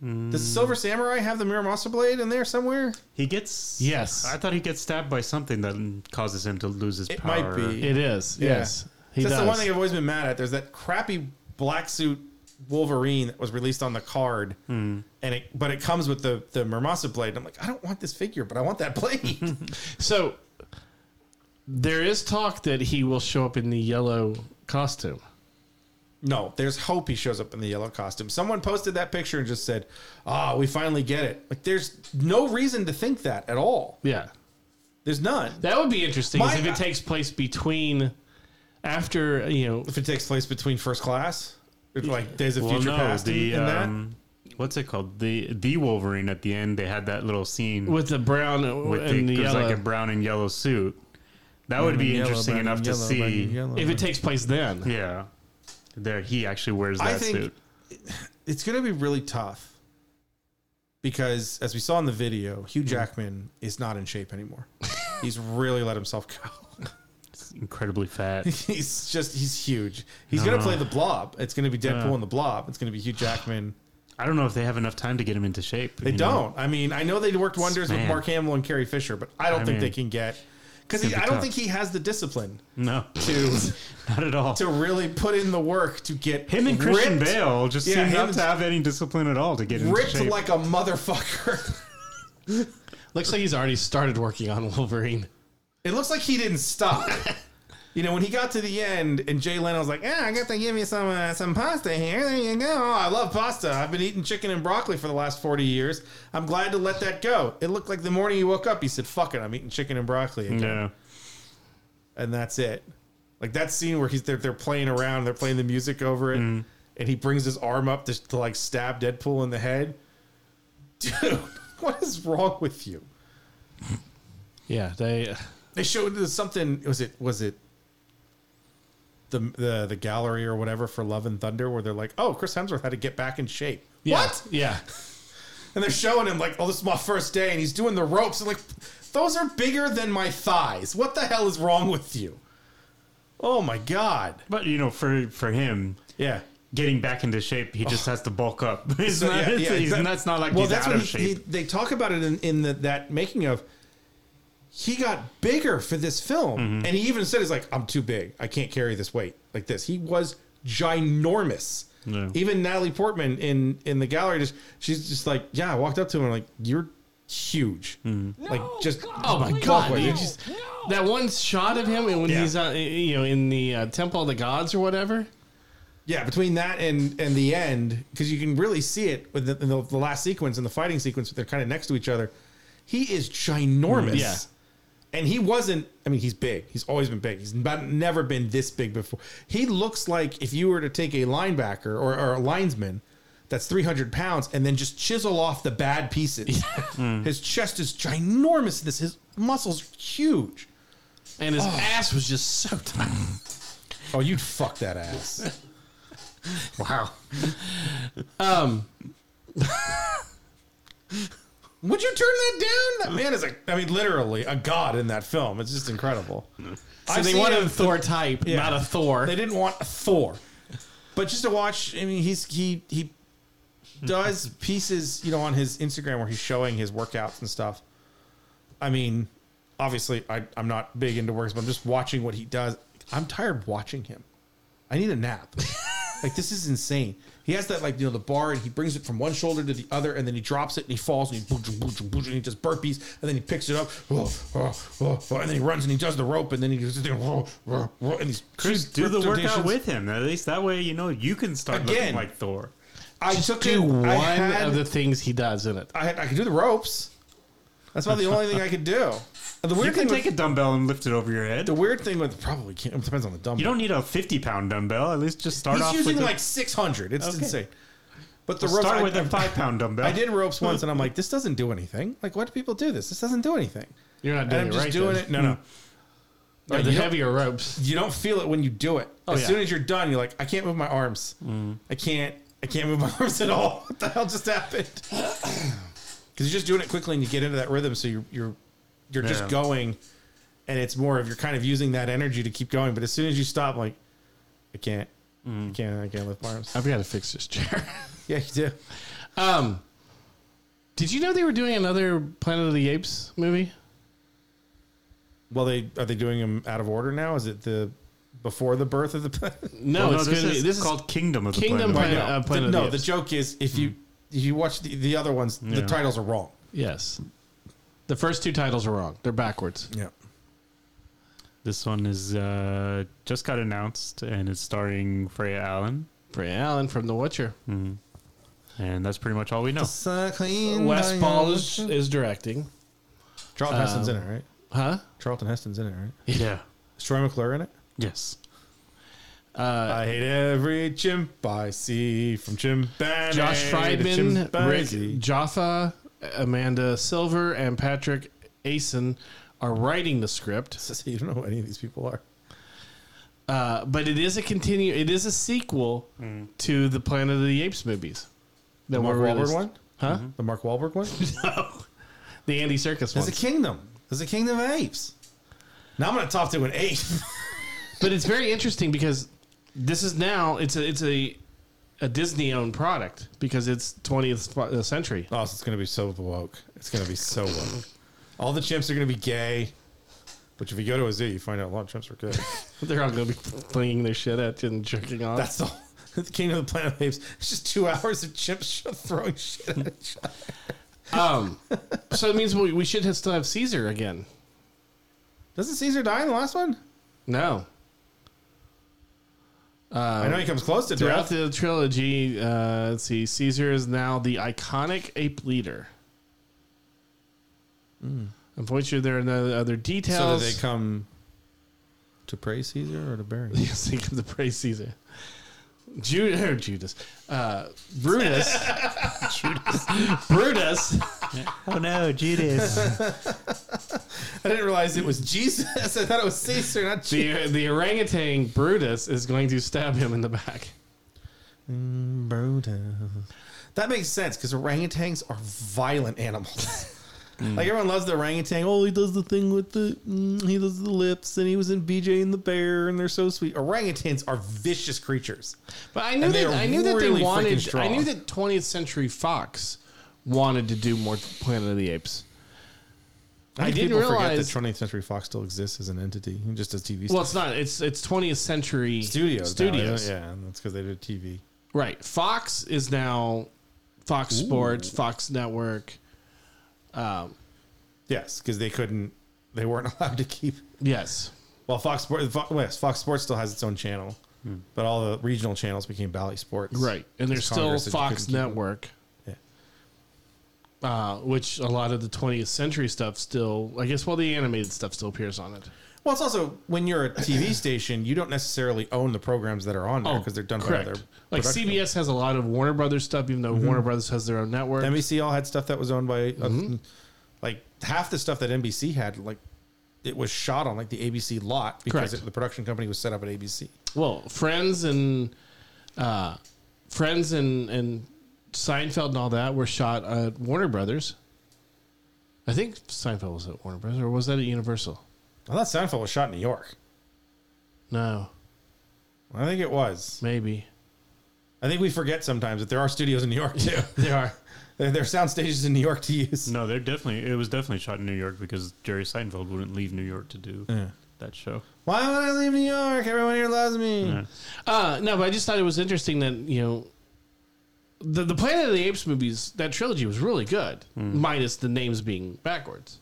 Speaker 2: Does Silver Samurai have the Muramosa blade in there somewhere?
Speaker 3: He gets.
Speaker 1: Yes.
Speaker 3: I thought he gets stabbed by something that causes him to lose his
Speaker 2: It
Speaker 3: power.
Speaker 2: might be.
Speaker 1: It is.
Speaker 2: Yeah.
Speaker 1: Yes. He
Speaker 2: That's
Speaker 1: does.
Speaker 2: the one thing I've always been mad at. There's that crappy black suit Wolverine that was released on the card, and it but it comes with the the Muramosa blade. And I'm like, I don't want this figure, but I want that blade.
Speaker 1: so there is talk that he will show up in the yellow costume.
Speaker 2: No, there's hope he shows up in the yellow costume. Someone posted that picture and just said, "Ah, we finally get it." Like there's no reason to think that at all.
Speaker 1: Yeah.
Speaker 2: There's none.
Speaker 1: That would be interesting is
Speaker 2: My-
Speaker 1: if it takes place between after you know
Speaker 2: If it takes place between first class, it's like Days of
Speaker 3: Well,
Speaker 2: Future
Speaker 3: no,
Speaker 2: Past
Speaker 3: the
Speaker 2: and, and
Speaker 3: um, what's it called? The the Wolverine at the end. They had that little scene
Speaker 1: with the brown
Speaker 3: with the,
Speaker 1: and the,
Speaker 3: it was
Speaker 1: yellow.
Speaker 3: like a brown and yellow suit. That
Speaker 2: that.
Speaker 3: would be
Speaker 2: Yellow,
Speaker 3: interesting
Speaker 2: brown,
Speaker 3: enough to
Speaker 2: yellow,
Speaker 3: see.
Speaker 2: brown, yellow,
Speaker 1: if
Speaker 2: brown.
Speaker 1: it takes place then,
Speaker 3: Yeah, there he actually wears that
Speaker 2: I think
Speaker 3: suit.
Speaker 2: it's going to be really tough because, as we saw in the video,
Speaker 3: Mm-hmm.
Speaker 2: Hugh Jackman is not in shape anymore. he's really let himself go.
Speaker 3: It's incredibly fat.
Speaker 2: he's just he's huge. He's going to play the Blob. It's going to be Deadpool
Speaker 3: Yeah.
Speaker 2: and the Blob. It's going to be Hugh Jackman.
Speaker 3: I don't know if they have enough time to get him into shape.
Speaker 2: They
Speaker 3: you know?
Speaker 2: don't. I mean, I know they worked wonders with
Speaker 3: Man.
Speaker 2: Mark Hamill and Carrie Fisher, but I don't
Speaker 3: I
Speaker 2: think they
Speaker 3: mean,
Speaker 2: can get because
Speaker 3: gonna
Speaker 2: I
Speaker 3: be
Speaker 2: don't
Speaker 3: tough.
Speaker 2: think he has the discipline
Speaker 3: No,
Speaker 2: to
Speaker 3: not at all.
Speaker 2: to really put in the work to get
Speaker 3: Him and Christian
Speaker 2: ripped-
Speaker 3: Bale just
Speaker 2: Yeah,
Speaker 3: seem
Speaker 2: him
Speaker 3: not
Speaker 2: and-
Speaker 3: to have any discipline at all to get into
Speaker 2: ripped
Speaker 3: shape.
Speaker 2: like a motherfucker.
Speaker 1: looks like he's already started working on Wolverine.
Speaker 2: It looks like he didn't stop. you know, when he got to the end and Jay Leno was like, "Yeah, I got to give you some uh, some pasta here. There you go. Oh, I love pasta. I've been eating chicken and broccoli for the last forty years. I'm glad to let that go." It looked like the morning he woke up, he said, "Fuck it, I'm eating chicken and broccoli," again.
Speaker 3: yeah,
Speaker 2: and that's it. Like that scene where he's they're, they're playing around, they're playing the music over it, and he brings his arm up to, to like stab Deadpool in the head. Dude, what is wrong with you?
Speaker 1: Yeah, they.
Speaker 2: They showed this something. Was it was it the the the gallery or whatever for Love and Thunder where they're like, oh, Chris Hemsworth had to get back in shape.
Speaker 1: Yeah,
Speaker 2: What?
Speaker 1: Yeah,
Speaker 2: And they're showing him like, oh, this is my first day, and he's doing the ropes. And like, those are bigger than my thighs. What the hell is wrong with you? Oh my god.
Speaker 3: but you know, for for him,
Speaker 2: Yeah.
Speaker 3: getting back into shape, he just has to bulk up. He's
Speaker 2: So,
Speaker 3: not,
Speaker 2: yeah,
Speaker 3: it's-
Speaker 2: yeah,
Speaker 3: he's-
Speaker 2: exact-
Speaker 3: that's not like he's out
Speaker 2: what
Speaker 3: of
Speaker 2: he-
Speaker 3: shape.
Speaker 2: he- they talk about it in, in the, that making of. He got bigger for this film,
Speaker 3: Mm-hmm.
Speaker 2: and he even said, "He's like, I'm too big. I can't carry this weight like this." He was ginormous.
Speaker 3: Yeah.
Speaker 2: Even Natalie Portman in in the gallery, just she's just like, "Yeah." I walked up to him and like, "You're huge."
Speaker 3: Mm-hmm.
Speaker 2: Like just
Speaker 1: Oh my
Speaker 2: bulk
Speaker 1: god!
Speaker 2: weight.
Speaker 1: dude, just- that one shot of him and when
Speaker 2: Yeah.
Speaker 1: he's uh, you know in the uh, Temple of the Gods or whatever.
Speaker 2: Yeah, between that and and the end, because you can really see it with the, in the, the last sequence and the fighting sequence, they're kind of next to each other. He is ginormous.
Speaker 1: Yeah.
Speaker 2: And he wasn't. I mean, he's big. He's always been big. He's not, never been this big before. He looks like if you were to take a linebacker or, or a linesman that's 300 pounds and then just chisel off the bad pieces. His chest is ginormous. This his muscles are huge.
Speaker 1: And his ass was just so tight.
Speaker 2: Oh, you'd fuck that ass.
Speaker 1: Wow. um,
Speaker 2: Would you turn that down? That man is a, I mean, literally a god in that film. It's just incredible.
Speaker 1: so
Speaker 2: I've
Speaker 1: they
Speaker 2: seen
Speaker 1: wanted
Speaker 2: him-
Speaker 1: a Thor type,
Speaker 2: Yeah.
Speaker 1: not a Thor.
Speaker 2: They didn't want a Thor, but just to watch. I mean, he's he he does pieces, you know, on his Instagram where he's showing his workouts and stuff. I mean, obviously, I I'm not big into works, but I'm just watching what he does. I'm tired of watching him. I need a nap. like this is insane. He has that like you know the bar and he brings it from one shoulder to the other and then he drops it and he falls and he booj, booj, booj, and he just burpees and then he picks it up oh, oh, oh, oh, and then he runs and he does the rope and then he just oh, oh, oh, and he's
Speaker 3: Chris, do the workout with him. At least that way, you know, you can start
Speaker 2: Again.
Speaker 3: looking like Thor.
Speaker 2: I took
Speaker 1: do
Speaker 2: it,
Speaker 1: one
Speaker 2: I had,
Speaker 1: of the things he does in it.
Speaker 2: I had I could do the ropes. That's about the only thing I could do. And the
Speaker 3: You
Speaker 2: weird
Speaker 3: can
Speaker 2: thing
Speaker 3: take
Speaker 2: with,
Speaker 3: a dumbbell and lift it over your head.
Speaker 2: the weird thing with probably can't it depends on the dumbbell.
Speaker 3: You don't need a 50 pound dumbbell. At least just start
Speaker 2: He's
Speaker 3: off
Speaker 2: using
Speaker 3: with
Speaker 2: like six hundred. It's
Speaker 3: Okay.
Speaker 2: insane. But the
Speaker 3: a,
Speaker 2: ropes
Speaker 3: start
Speaker 2: I-
Speaker 3: with a
Speaker 2: I-
Speaker 3: five pound dumbbell.
Speaker 2: I did ropes once, and I'm like, this doesn't do anything. Like, why do people do this? This doesn't do anything.
Speaker 1: You're not
Speaker 2: And
Speaker 1: doing
Speaker 2: I'm
Speaker 1: it
Speaker 2: just
Speaker 1: right.
Speaker 2: doing it.
Speaker 3: Hmm.
Speaker 2: No, no.
Speaker 1: Or
Speaker 2: Like,
Speaker 1: the
Speaker 2: you,
Speaker 1: heavier ropes.
Speaker 2: don't, you don't feel it when you do it.
Speaker 1: Oh,
Speaker 2: as
Speaker 1: yeah.
Speaker 2: soon as you're done, you're like, I can't move my arms. I can't. I can't move my arms at all. What the hell just happened? Because you're just doing it quickly, and you get into that rhythm. So you're you're you're
Speaker 3: Yeah.
Speaker 2: just going, and it's more of you're kind of using that energy to keep going. But as soon as you stop, like, I can't. I can't. I can't lift my arms.
Speaker 1: I've got to fix this chair.
Speaker 2: Yeah, you do.
Speaker 1: um, did you know they were doing another Planet of the Apes movie?
Speaker 2: Well, they are they doing them out of order now? Is it the before the birth of the
Speaker 1: No,
Speaker 3: Well,
Speaker 1: it's
Speaker 3: this,
Speaker 1: gonna be-
Speaker 3: is
Speaker 1: this is
Speaker 3: called Kingdom of the
Speaker 1: Kingdom
Speaker 3: Planet.
Speaker 1: by-
Speaker 3: of the Apes.
Speaker 1: uh,
Speaker 2: no,
Speaker 1: Planet
Speaker 2: the,
Speaker 1: of
Speaker 2: no,
Speaker 1: the
Speaker 2: the
Speaker 1: Apes.
Speaker 2: joke is if you if you watch the, the other ones, the
Speaker 3: Yeah.
Speaker 2: titles are wrong.
Speaker 1: Yes. The first two titles are wrong. They're backwards.
Speaker 2: Yeah,
Speaker 3: This one is uh, just got announced and it's starring Freya Allen.
Speaker 1: Bray Allen from The Witcher.
Speaker 3: And that's pretty much all we know.
Speaker 2: West
Speaker 1: Wes Ball is, is directing. Um,
Speaker 2: Charlton Heston's in it, right?
Speaker 1: Huh?
Speaker 2: Charlton Heston's in it, right?
Speaker 1: Yeah.
Speaker 2: Is Troy McClure in it?
Speaker 3: Yes.
Speaker 1: Uh,
Speaker 2: I hate every chimp I see from chimpanzee.
Speaker 1: Josh
Speaker 2: to
Speaker 1: Friedman, Rick
Speaker 2: chimpanzee.
Speaker 1: Jaffa, Amanda Silver, and Patrick Asen are writing the script.
Speaker 2: So you don't know who any of these people are.
Speaker 1: Uh, but it is a continue. It is a sequel to the Planet of the Apes movies. That
Speaker 2: Hmm. The Mark
Speaker 1: were
Speaker 2: Wahlberg
Speaker 1: released.
Speaker 2: one? Mm-hmm.
Speaker 1: huh?
Speaker 2: The Mark Wahlberg one?
Speaker 1: The Andy Circus one.
Speaker 2: There's a kingdom. There's a kingdom of apes. Now I'm going to talk to an ape.
Speaker 1: But it's very interesting because this is now it's a it's a a Disney owned product because it's 20th sp- uh, century.
Speaker 2: oh, it's going to be so woke. It's going to be so woke. All the chimps are going to be gay. Which, if you go to a zoo, you find out a lot of chimps are gay.
Speaker 1: They're all going to be flinging their shit at you and jerking off.
Speaker 2: That's the, the kingdom of the planet of apes. It's just two hours of chimps sh- throwing shit at each other.
Speaker 1: um, so it means we, we should have, still have Caesar again.
Speaker 2: Doesn't Caesar die in the last one?
Speaker 1: No,
Speaker 2: I know he comes close to
Speaker 1: throughout
Speaker 2: death.
Speaker 1: the trilogy, uh, let's see, Caesar is now the iconic ape leader. Unfortunately, there are no other
Speaker 2: Hmm. So
Speaker 1: details.
Speaker 2: do they come to praise Caesar or to bury him?
Speaker 1: Yes, think of the praise Caesar. Judas, or Judas, uh, Brutus, Brutus,
Speaker 3: Oh no, Judas.
Speaker 2: I didn't realize it was Jesus. I thought it was Caesar, not Jesus.
Speaker 1: the the orangutan Brutus is going to stab him in the back.
Speaker 2: That makes sense because orangutans are violent animals. Like everyone loves the orangutan. Oh, he does the thing with the mm, he does the lips, and he was in BJ and the Bear, and they're so sweet. Orangutans are vicious creatures.
Speaker 1: But I knew
Speaker 2: And they
Speaker 1: that
Speaker 2: are
Speaker 1: I knew that
Speaker 2: really
Speaker 1: they
Speaker 2: freaking
Speaker 1: wanted. I
Speaker 2: strong.
Speaker 1: knew that 20th Century Fox wanted to do more Planet of the Apes. I,
Speaker 2: think
Speaker 1: didn't realize.
Speaker 2: 20th Century Fox still exists as an entity, just as TV
Speaker 1: Well, it's not. It's it's 20th Century
Speaker 2: studios.
Speaker 1: Studios,
Speaker 2: yeah, and that's because they did TV.
Speaker 1: right? Fox is now Fox Sports, Fox Network. Um,
Speaker 2: Yes, because they couldn't, they weren't allowed to keep.
Speaker 1: yes.
Speaker 2: Well, Fox Sports, Fox, yes, Fox Sports still has its own channel, but all the regional channels became Bally Sports.
Speaker 1: Hmm. Right. And there's
Speaker 2: Because
Speaker 1: still
Speaker 2: Congress said you
Speaker 1: Fox
Speaker 2: couldn't keep
Speaker 1: Network. Uh, which a lot of the 20th century stuff still, I guess, well, the animated stuff still appears on it.
Speaker 2: Well, it's also when you're a TV station, you don't necessarily own the programs that are on there because they're done
Speaker 1: Oh, correct.
Speaker 2: by other.
Speaker 1: Like
Speaker 2: production. Mm-hmm.
Speaker 1: CBS has a lot of Warner Brothers stuff, even though Warner Brothers has their own network.
Speaker 2: NBC all had stuff that was owned by, uh,
Speaker 1: Mm-hmm.
Speaker 2: like half the stuff that NBC had, like it was shot on like the ABC lot because
Speaker 1: Correct.
Speaker 2: it, the production company was set up at ABC.
Speaker 1: well, Friends and uh, Friends and and Seinfeld and all that were shot at Warner Brothers. I think Seinfeld was at Warner Brothers, or was that at Universal?
Speaker 2: I thought Seinfeld was shot in New York.
Speaker 1: No,
Speaker 2: I think it was.
Speaker 1: maybe
Speaker 2: I think we forget sometimes that there are studios in New York too.
Speaker 1: they are.
Speaker 2: there, there are sound stages in New York to use.
Speaker 3: no, they're definitely. It was definitely shot in New York because Jerry Seinfeld wouldn't leave New York to do that show.
Speaker 2: Why would I leave New York? Everyone here loves me.
Speaker 3: Yeah.
Speaker 1: Uh, no, but I just thought it was interesting that you know, the the Planet of the Apes movies that trilogy was really good, minus the names being backwards,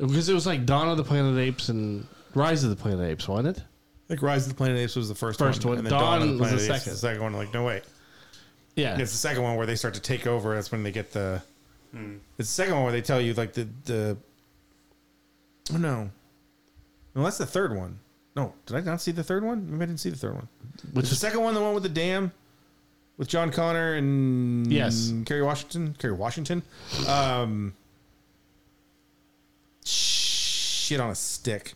Speaker 1: because it was like Dawn of the Planet of the Apes and Rise of the Planet of the Apes, wasn't it?
Speaker 2: Like Rise of the Planet of the Apes was the first,
Speaker 1: First one.
Speaker 2: and then
Speaker 1: Dawn
Speaker 2: Dawn, of the
Speaker 1: was
Speaker 2: Planet
Speaker 1: the
Speaker 2: of the Apes
Speaker 1: second.
Speaker 2: is the second one. Like no wait,
Speaker 1: Yeah,
Speaker 2: it's the second one where they start to take over. That's when they get the. It's the second one where they tell you like the the. Oh no, no, that's the third one. No, did I not see the third one? Maybe I didn't see the third one.
Speaker 1: which
Speaker 2: Is the
Speaker 1: is
Speaker 2: second one the one with the dam, with John Connor and
Speaker 1: Yes.
Speaker 2: Kerry Washington, Kerry Washington, um, shit on a stick.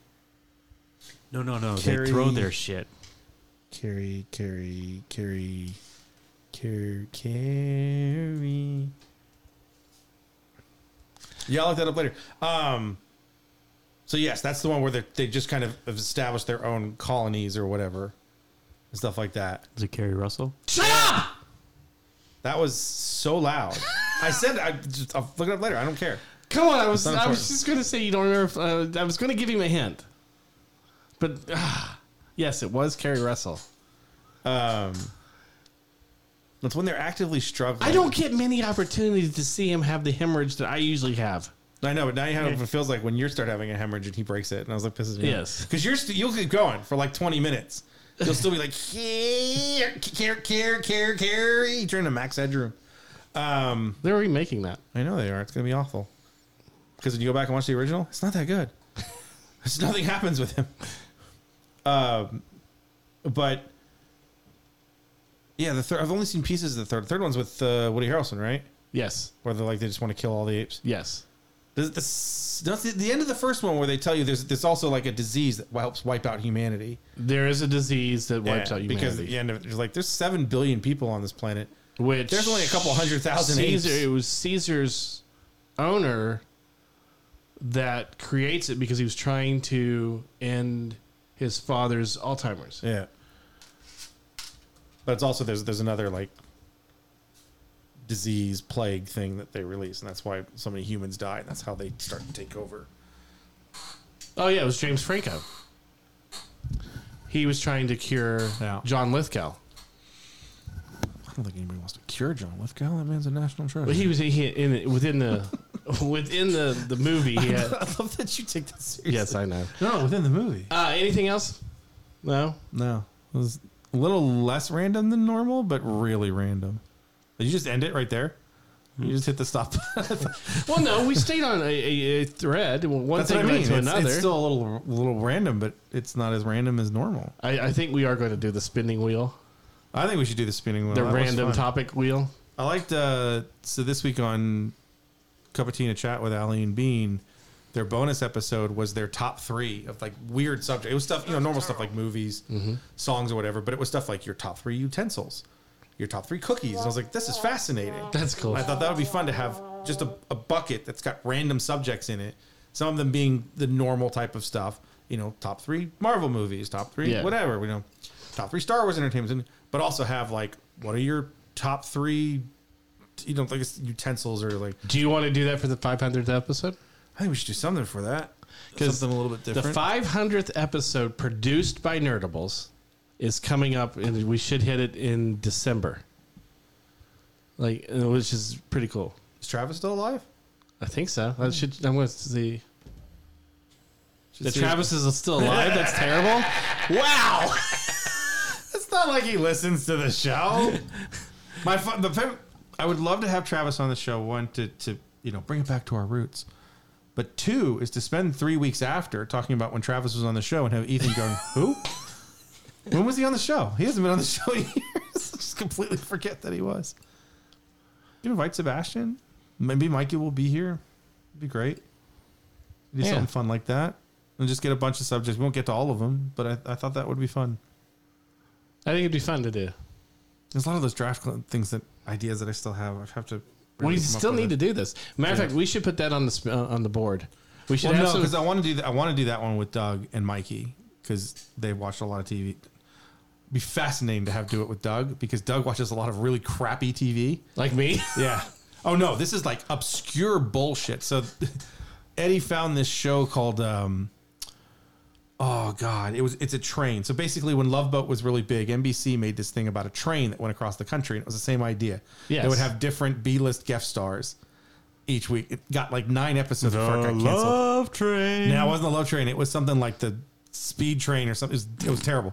Speaker 3: No, no, no.
Speaker 2: Carrie-
Speaker 3: They throw their shit.
Speaker 2: Carry, carry, carry, carry, carry. Yeah, I'll look that up later. Um, so yes, that's the one where they they just kind of have established their own colonies or whatever, and stuff like that.
Speaker 3: Is it Carrie Russell?
Speaker 2: That was so loud. I said, I just, I'll look it up later. I don't care.
Speaker 1: come on. I was
Speaker 2: not
Speaker 1: I was
Speaker 2: important.
Speaker 1: just gonna say you don't remember. If, uh, I was gonna give him a hint, but ah, yes, it was Carrie Russell.
Speaker 2: Um, that's when they're actively struggling.
Speaker 1: I don't get many opportunities to see him have the hemorrhage that I usually have.
Speaker 2: I know, but now you have it feels like when you start having a hemorrhage and he breaks it, and I was like, pisses me.
Speaker 1: Yes.
Speaker 2: because you're st- you'll keep going for like twenty minutes. You'll still be like, care, care, care, care, carry. Turn to Max Headroom. Um,
Speaker 1: They're remaking that.
Speaker 2: I know they are. It's gonna be awful. Because when you go back and watch the original, it's not that good. It's nothing happens with him. Um, but yeah, the third I've only seen pieces of the third. The third one's with uh, Woody Harrelson, right?
Speaker 1: Yes.
Speaker 2: Where they're like they just want to kill all the apes.
Speaker 1: Yes.
Speaker 2: The, the, s- that's the, the end of the first one where they tell you there's there's also like a disease that helps wipe out humanity.
Speaker 1: There is a disease that wipes out humanity.
Speaker 2: Because at the end of it, it's like there's seven billion people on this planet.
Speaker 1: which
Speaker 2: There's only a couple hundred thousand
Speaker 1: Caesar,
Speaker 2: apes.
Speaker 1: It was Caesar's owner that creates it because he was trying to end his father's Alzheimer's.
Speaker 2: Yeah. But it's also there's there's another like disease plague thing that they release, and that's why so many humans die, and that's how they start to take over.
Speaker 1: Oh yeah, it was James Franco. He was trying to cure
Speaker 2: Yeah.
Speaker 1: John Lithgow.
Speaker 2: I don't think anybody wants to cure John Lithgow. That man's a national treasure.
Speaker 1: But he was he, in it, within the within the the movie. He had,
Speaker 2: I love that you take that seriously.
Speaker 1: yes, I know.
Speaker 2: No, within the movie.
Speaker 1: Uh, anything else? No.
Speaker 2: No, it was a little less random than normal, but really random. Did you just end it right there? You just hit the stop.
Speaker 1: Well, no. We stayed on a, a, a thread. One
Speaker 2: That's
Speaker 1: thing
Speaker 2: what I
Speaker 1: led
Speaker 2: mean.
Speaker 1: to
Speaker 2: It's,
Speaker 1: another.
Speaker 2: it's still a little little random, but it's not as random as normal.
Speaker 1: I, I think we are going to do the spinning wheel,
Speaker 2: I think we should do the spinning wheel.
Speaker 1: the
Speaker 2: Oh, That was
Speaker 1: random
Speaker 2: fun.
Speaker 1: topic wheel.
Speaker 2: I liked uh, so this week on Cup of Tea and a Chat with Ali and Bean, their bonus episode was their top three of like weird subject. It was stuff you know normal stuff like movies,
Speaker 1: Mm-hmm.
Speaker 2: songs or whatever, but it was stuff like your top three utensils, your top three cookies. And I was like, this is fascinating.
Speaker 1: That's cool.
Speaker 2: I thought that would be fun to have just a, a bucket that's got random subjects in it. Some of them being the normal type of stuff, you know, top three Marvel movies, top three
Speaker 1: Yeah.
Speaker 2: whatever, you know, top three Star Wars entertainment, but also have like what are your top three, you know, like utensils or like
Speaker 1: Do you want to do that for the 500th episode?
Speaker 2: I think we should do something for that.
Speaker 1: 'Cause
Speaker 2: Something a little bit
Speaker 1: The
Speaker 2: different.
Speaker 1: 500th episode produced by Nerdables is coming up, and we should hit it in December. Like, uh, which is pretty cool.
Speaker 2: Is Travis still alive?
Speaker 1: I think so. I should. I'm going to see.
Speaker 2: Hmm. Should
Speaker 1: That
Speaker 2: see-
Speaker 1: Travis is still alive. That's terrible. Wow.
Speaker 2: It's not like he listens to the show. My fu- the pe- I would love to have Travis on the show one to to you know bring it back to our roots, but two is to spend three weeks after talking about when Travis was on the show and have Ethan going who. When was he on the show? He hasn't been on the show in years. Just completely forget that he was. You invite Sebastian. Maybe Mikey will be here. It'd be great. Do
Speaker 1: Yeah.
Speaker 2: something fun like that, and just get a bunch of subjects. We won't get to all of them, but I, I thought that would be fun.
Speaker 1: I think it'd be fun to do.
Speaker 2: There's a lot of those draft cl- things that ideas that I still have. I have to.
Speaker 1: We still need to do this. Matter of fact, we should put that on the sp- uh, on the board. We should
Speaker 2: Well,
Speaker 1: have
Speaker 2: no,
Speaker 1: some-
Speaker 2: because I want to do that. I want to do that one with Doug and Mikey because they watched a lot of TV. Be fascinating to have do it with Doug because Doug watches a lot of really crappy TV.
Speaker 1: like me.
Speaker 2: Yeah. Oh no, this is like obscure bullshit. So Eddie found this show called um Oh god, it was it's a train. So basically when Love Boat was really big, NBC made this thing about a train that went across the country and it was the same idea. Yeah, They
Speaker 1: Yes.
Speaker 2: would have different B-list guest stars each week. It got like 9 episodes before it got canceled.
Speaker 3: train.
Speaker 2: No, it wasn't the love train. It was something like the speed train or something. It was, it was terrible.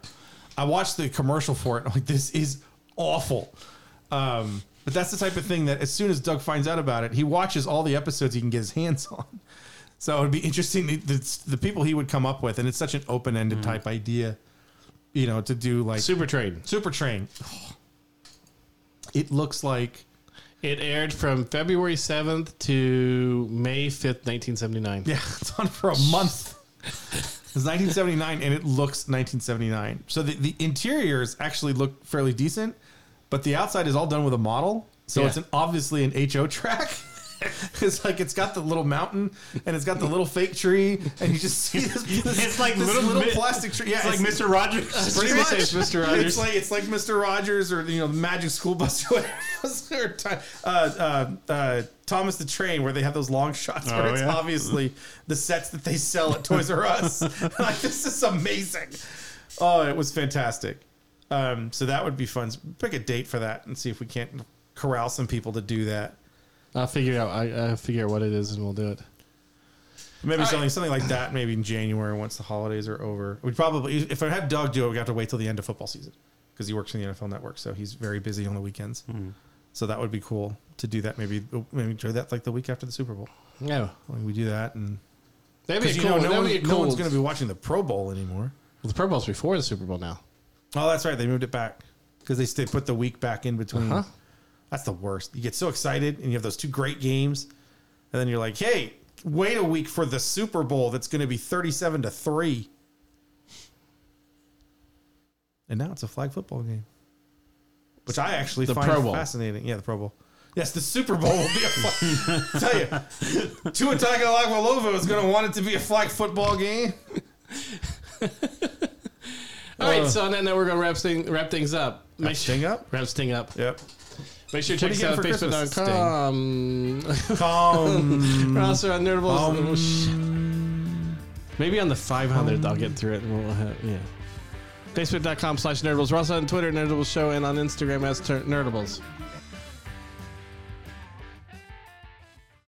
Speaker 2: I watched the commercial for it. and I'm like, this is awful. Um, but that's the type of thing that as soon as Doug finds out about it, he watches all the episodes he can get his hands on. So it would be interesting the, the, the people he would come up with, and it's such an open ended type idea, you know, to do like super,
Speaker 1: Super Trade.
Speaker 2: train. It looks like
Speaker 1: It aired from February 7th to May 5th, 1979.
Speaker 2: Yeah, it's on for a month. It's 1979, and it looks 1979. So the, the interiors actually look fairly decent, but the outside is all done with a model. So
Speaker 1: Yeah.
Speaker 2: it's an obviously an HO track. it's like it's got the little mountain and it's got the little fake tree, and you just see this. it's like this
Speaker 3: little
Speaker 2: little
Speaker 3: bit-
Speaker 2: plastic tree. Yeah,
Speaker 3: It's like Mr. Rogers.
Speaker 2: Pretty
Speaker 1: gonna
Speaker 2: much,
Speaker 1: say it's Mr. Rogers.
Speaker 2: It's like it's like Mr. Rogers or you know the Magic School Bus or whatever. it was, or Ti- uh, uh, uh, Thomas the Train, where they have those long shots where
Speaker 3: Oh,
Speaker 2: it's
Speaker 3: yeah.
Speaker 2: obviously the sets that they sell at Toys R Us. like this is amazing. Oh, it was fantastic. Um, so that would be fun. Pick a date for that and see if we can't corral some people to do that.
Speaker 1: I'll figure it out. I, I'll figure out what it is and we'll do it.
Speaker 2: Maybe something something like that. Maybe in January once the holidays are over. We would probably if I have
Speaker 1: Hmm.
Speaker 2: Doug do it, we have to wait till the end of football season because he works in the NFL Network, so he's very busy on the weekends. So that would be cool to do that. Maybe maybe do that like the week after the Super Bowl.
Speaker 1: Yeah.
Speaker 2: Like we do that, and
Speaker 1: That'd be
Speaker 2: because
Speaker 1: a
Speaker 2: you
Speaker 1: cool.
Speaker 2: know no,
Speaker 1: that'd
Speaker 2: one,
Speaker 1: be a cool.
Speaker 2: no one's going to be watching the Pro Bowl anymore.
Speaker 1: Well, the Pro Bowl's before the Super Bowl now.
Speaker 2: Oh, that's right. They moved it back because they, they put the week back in between.
Speaker 1: Uh-huh.
Speaker 2: That's the worst. You get so excited and you have those two great games, and then you're like, "Hey, wait a week for the Super Bowl that's going to be 37 to three, and now it's a flag football game, which I actually
Speaker 1: The
Speaker 2: find
Speaker 1: Pro Bowl.
Speaker 2: fascinating. Yeah, the Pro Bowl. Yes, the Super Bowl will be a flag. I tell you, Tua Tagovailoa is going to want it to be a flag football game.
Speaker 1: All right, so on that note, we're gonna wrap thing, wrap things up. Make
Speaker 2: Wrap
Speaker 1: sure-
Speaker 2: thing up?
Speaker 1: Uh, Wrap sting up.
Speaker 2: Yep.
Speaker 1: Make sure to check
Speaker 2: What
Speaker 1: us
Speaker 2: do you
Speaker 1: out at
Speaker 2: get for Christmas,
Speaker 1: facebook.com.
Speaker 2: Come.
Speaker 1: we're also on Nerdables.
Speaker 2: Um,
Speaker 1: oh, shit. Maybe on the 500th, I'll get through it. And we'll have, yeah. Facebook.com slash Nerdables. We're also on Twitter, Nerdables Show, and on Instagram as Tur- Nerdables.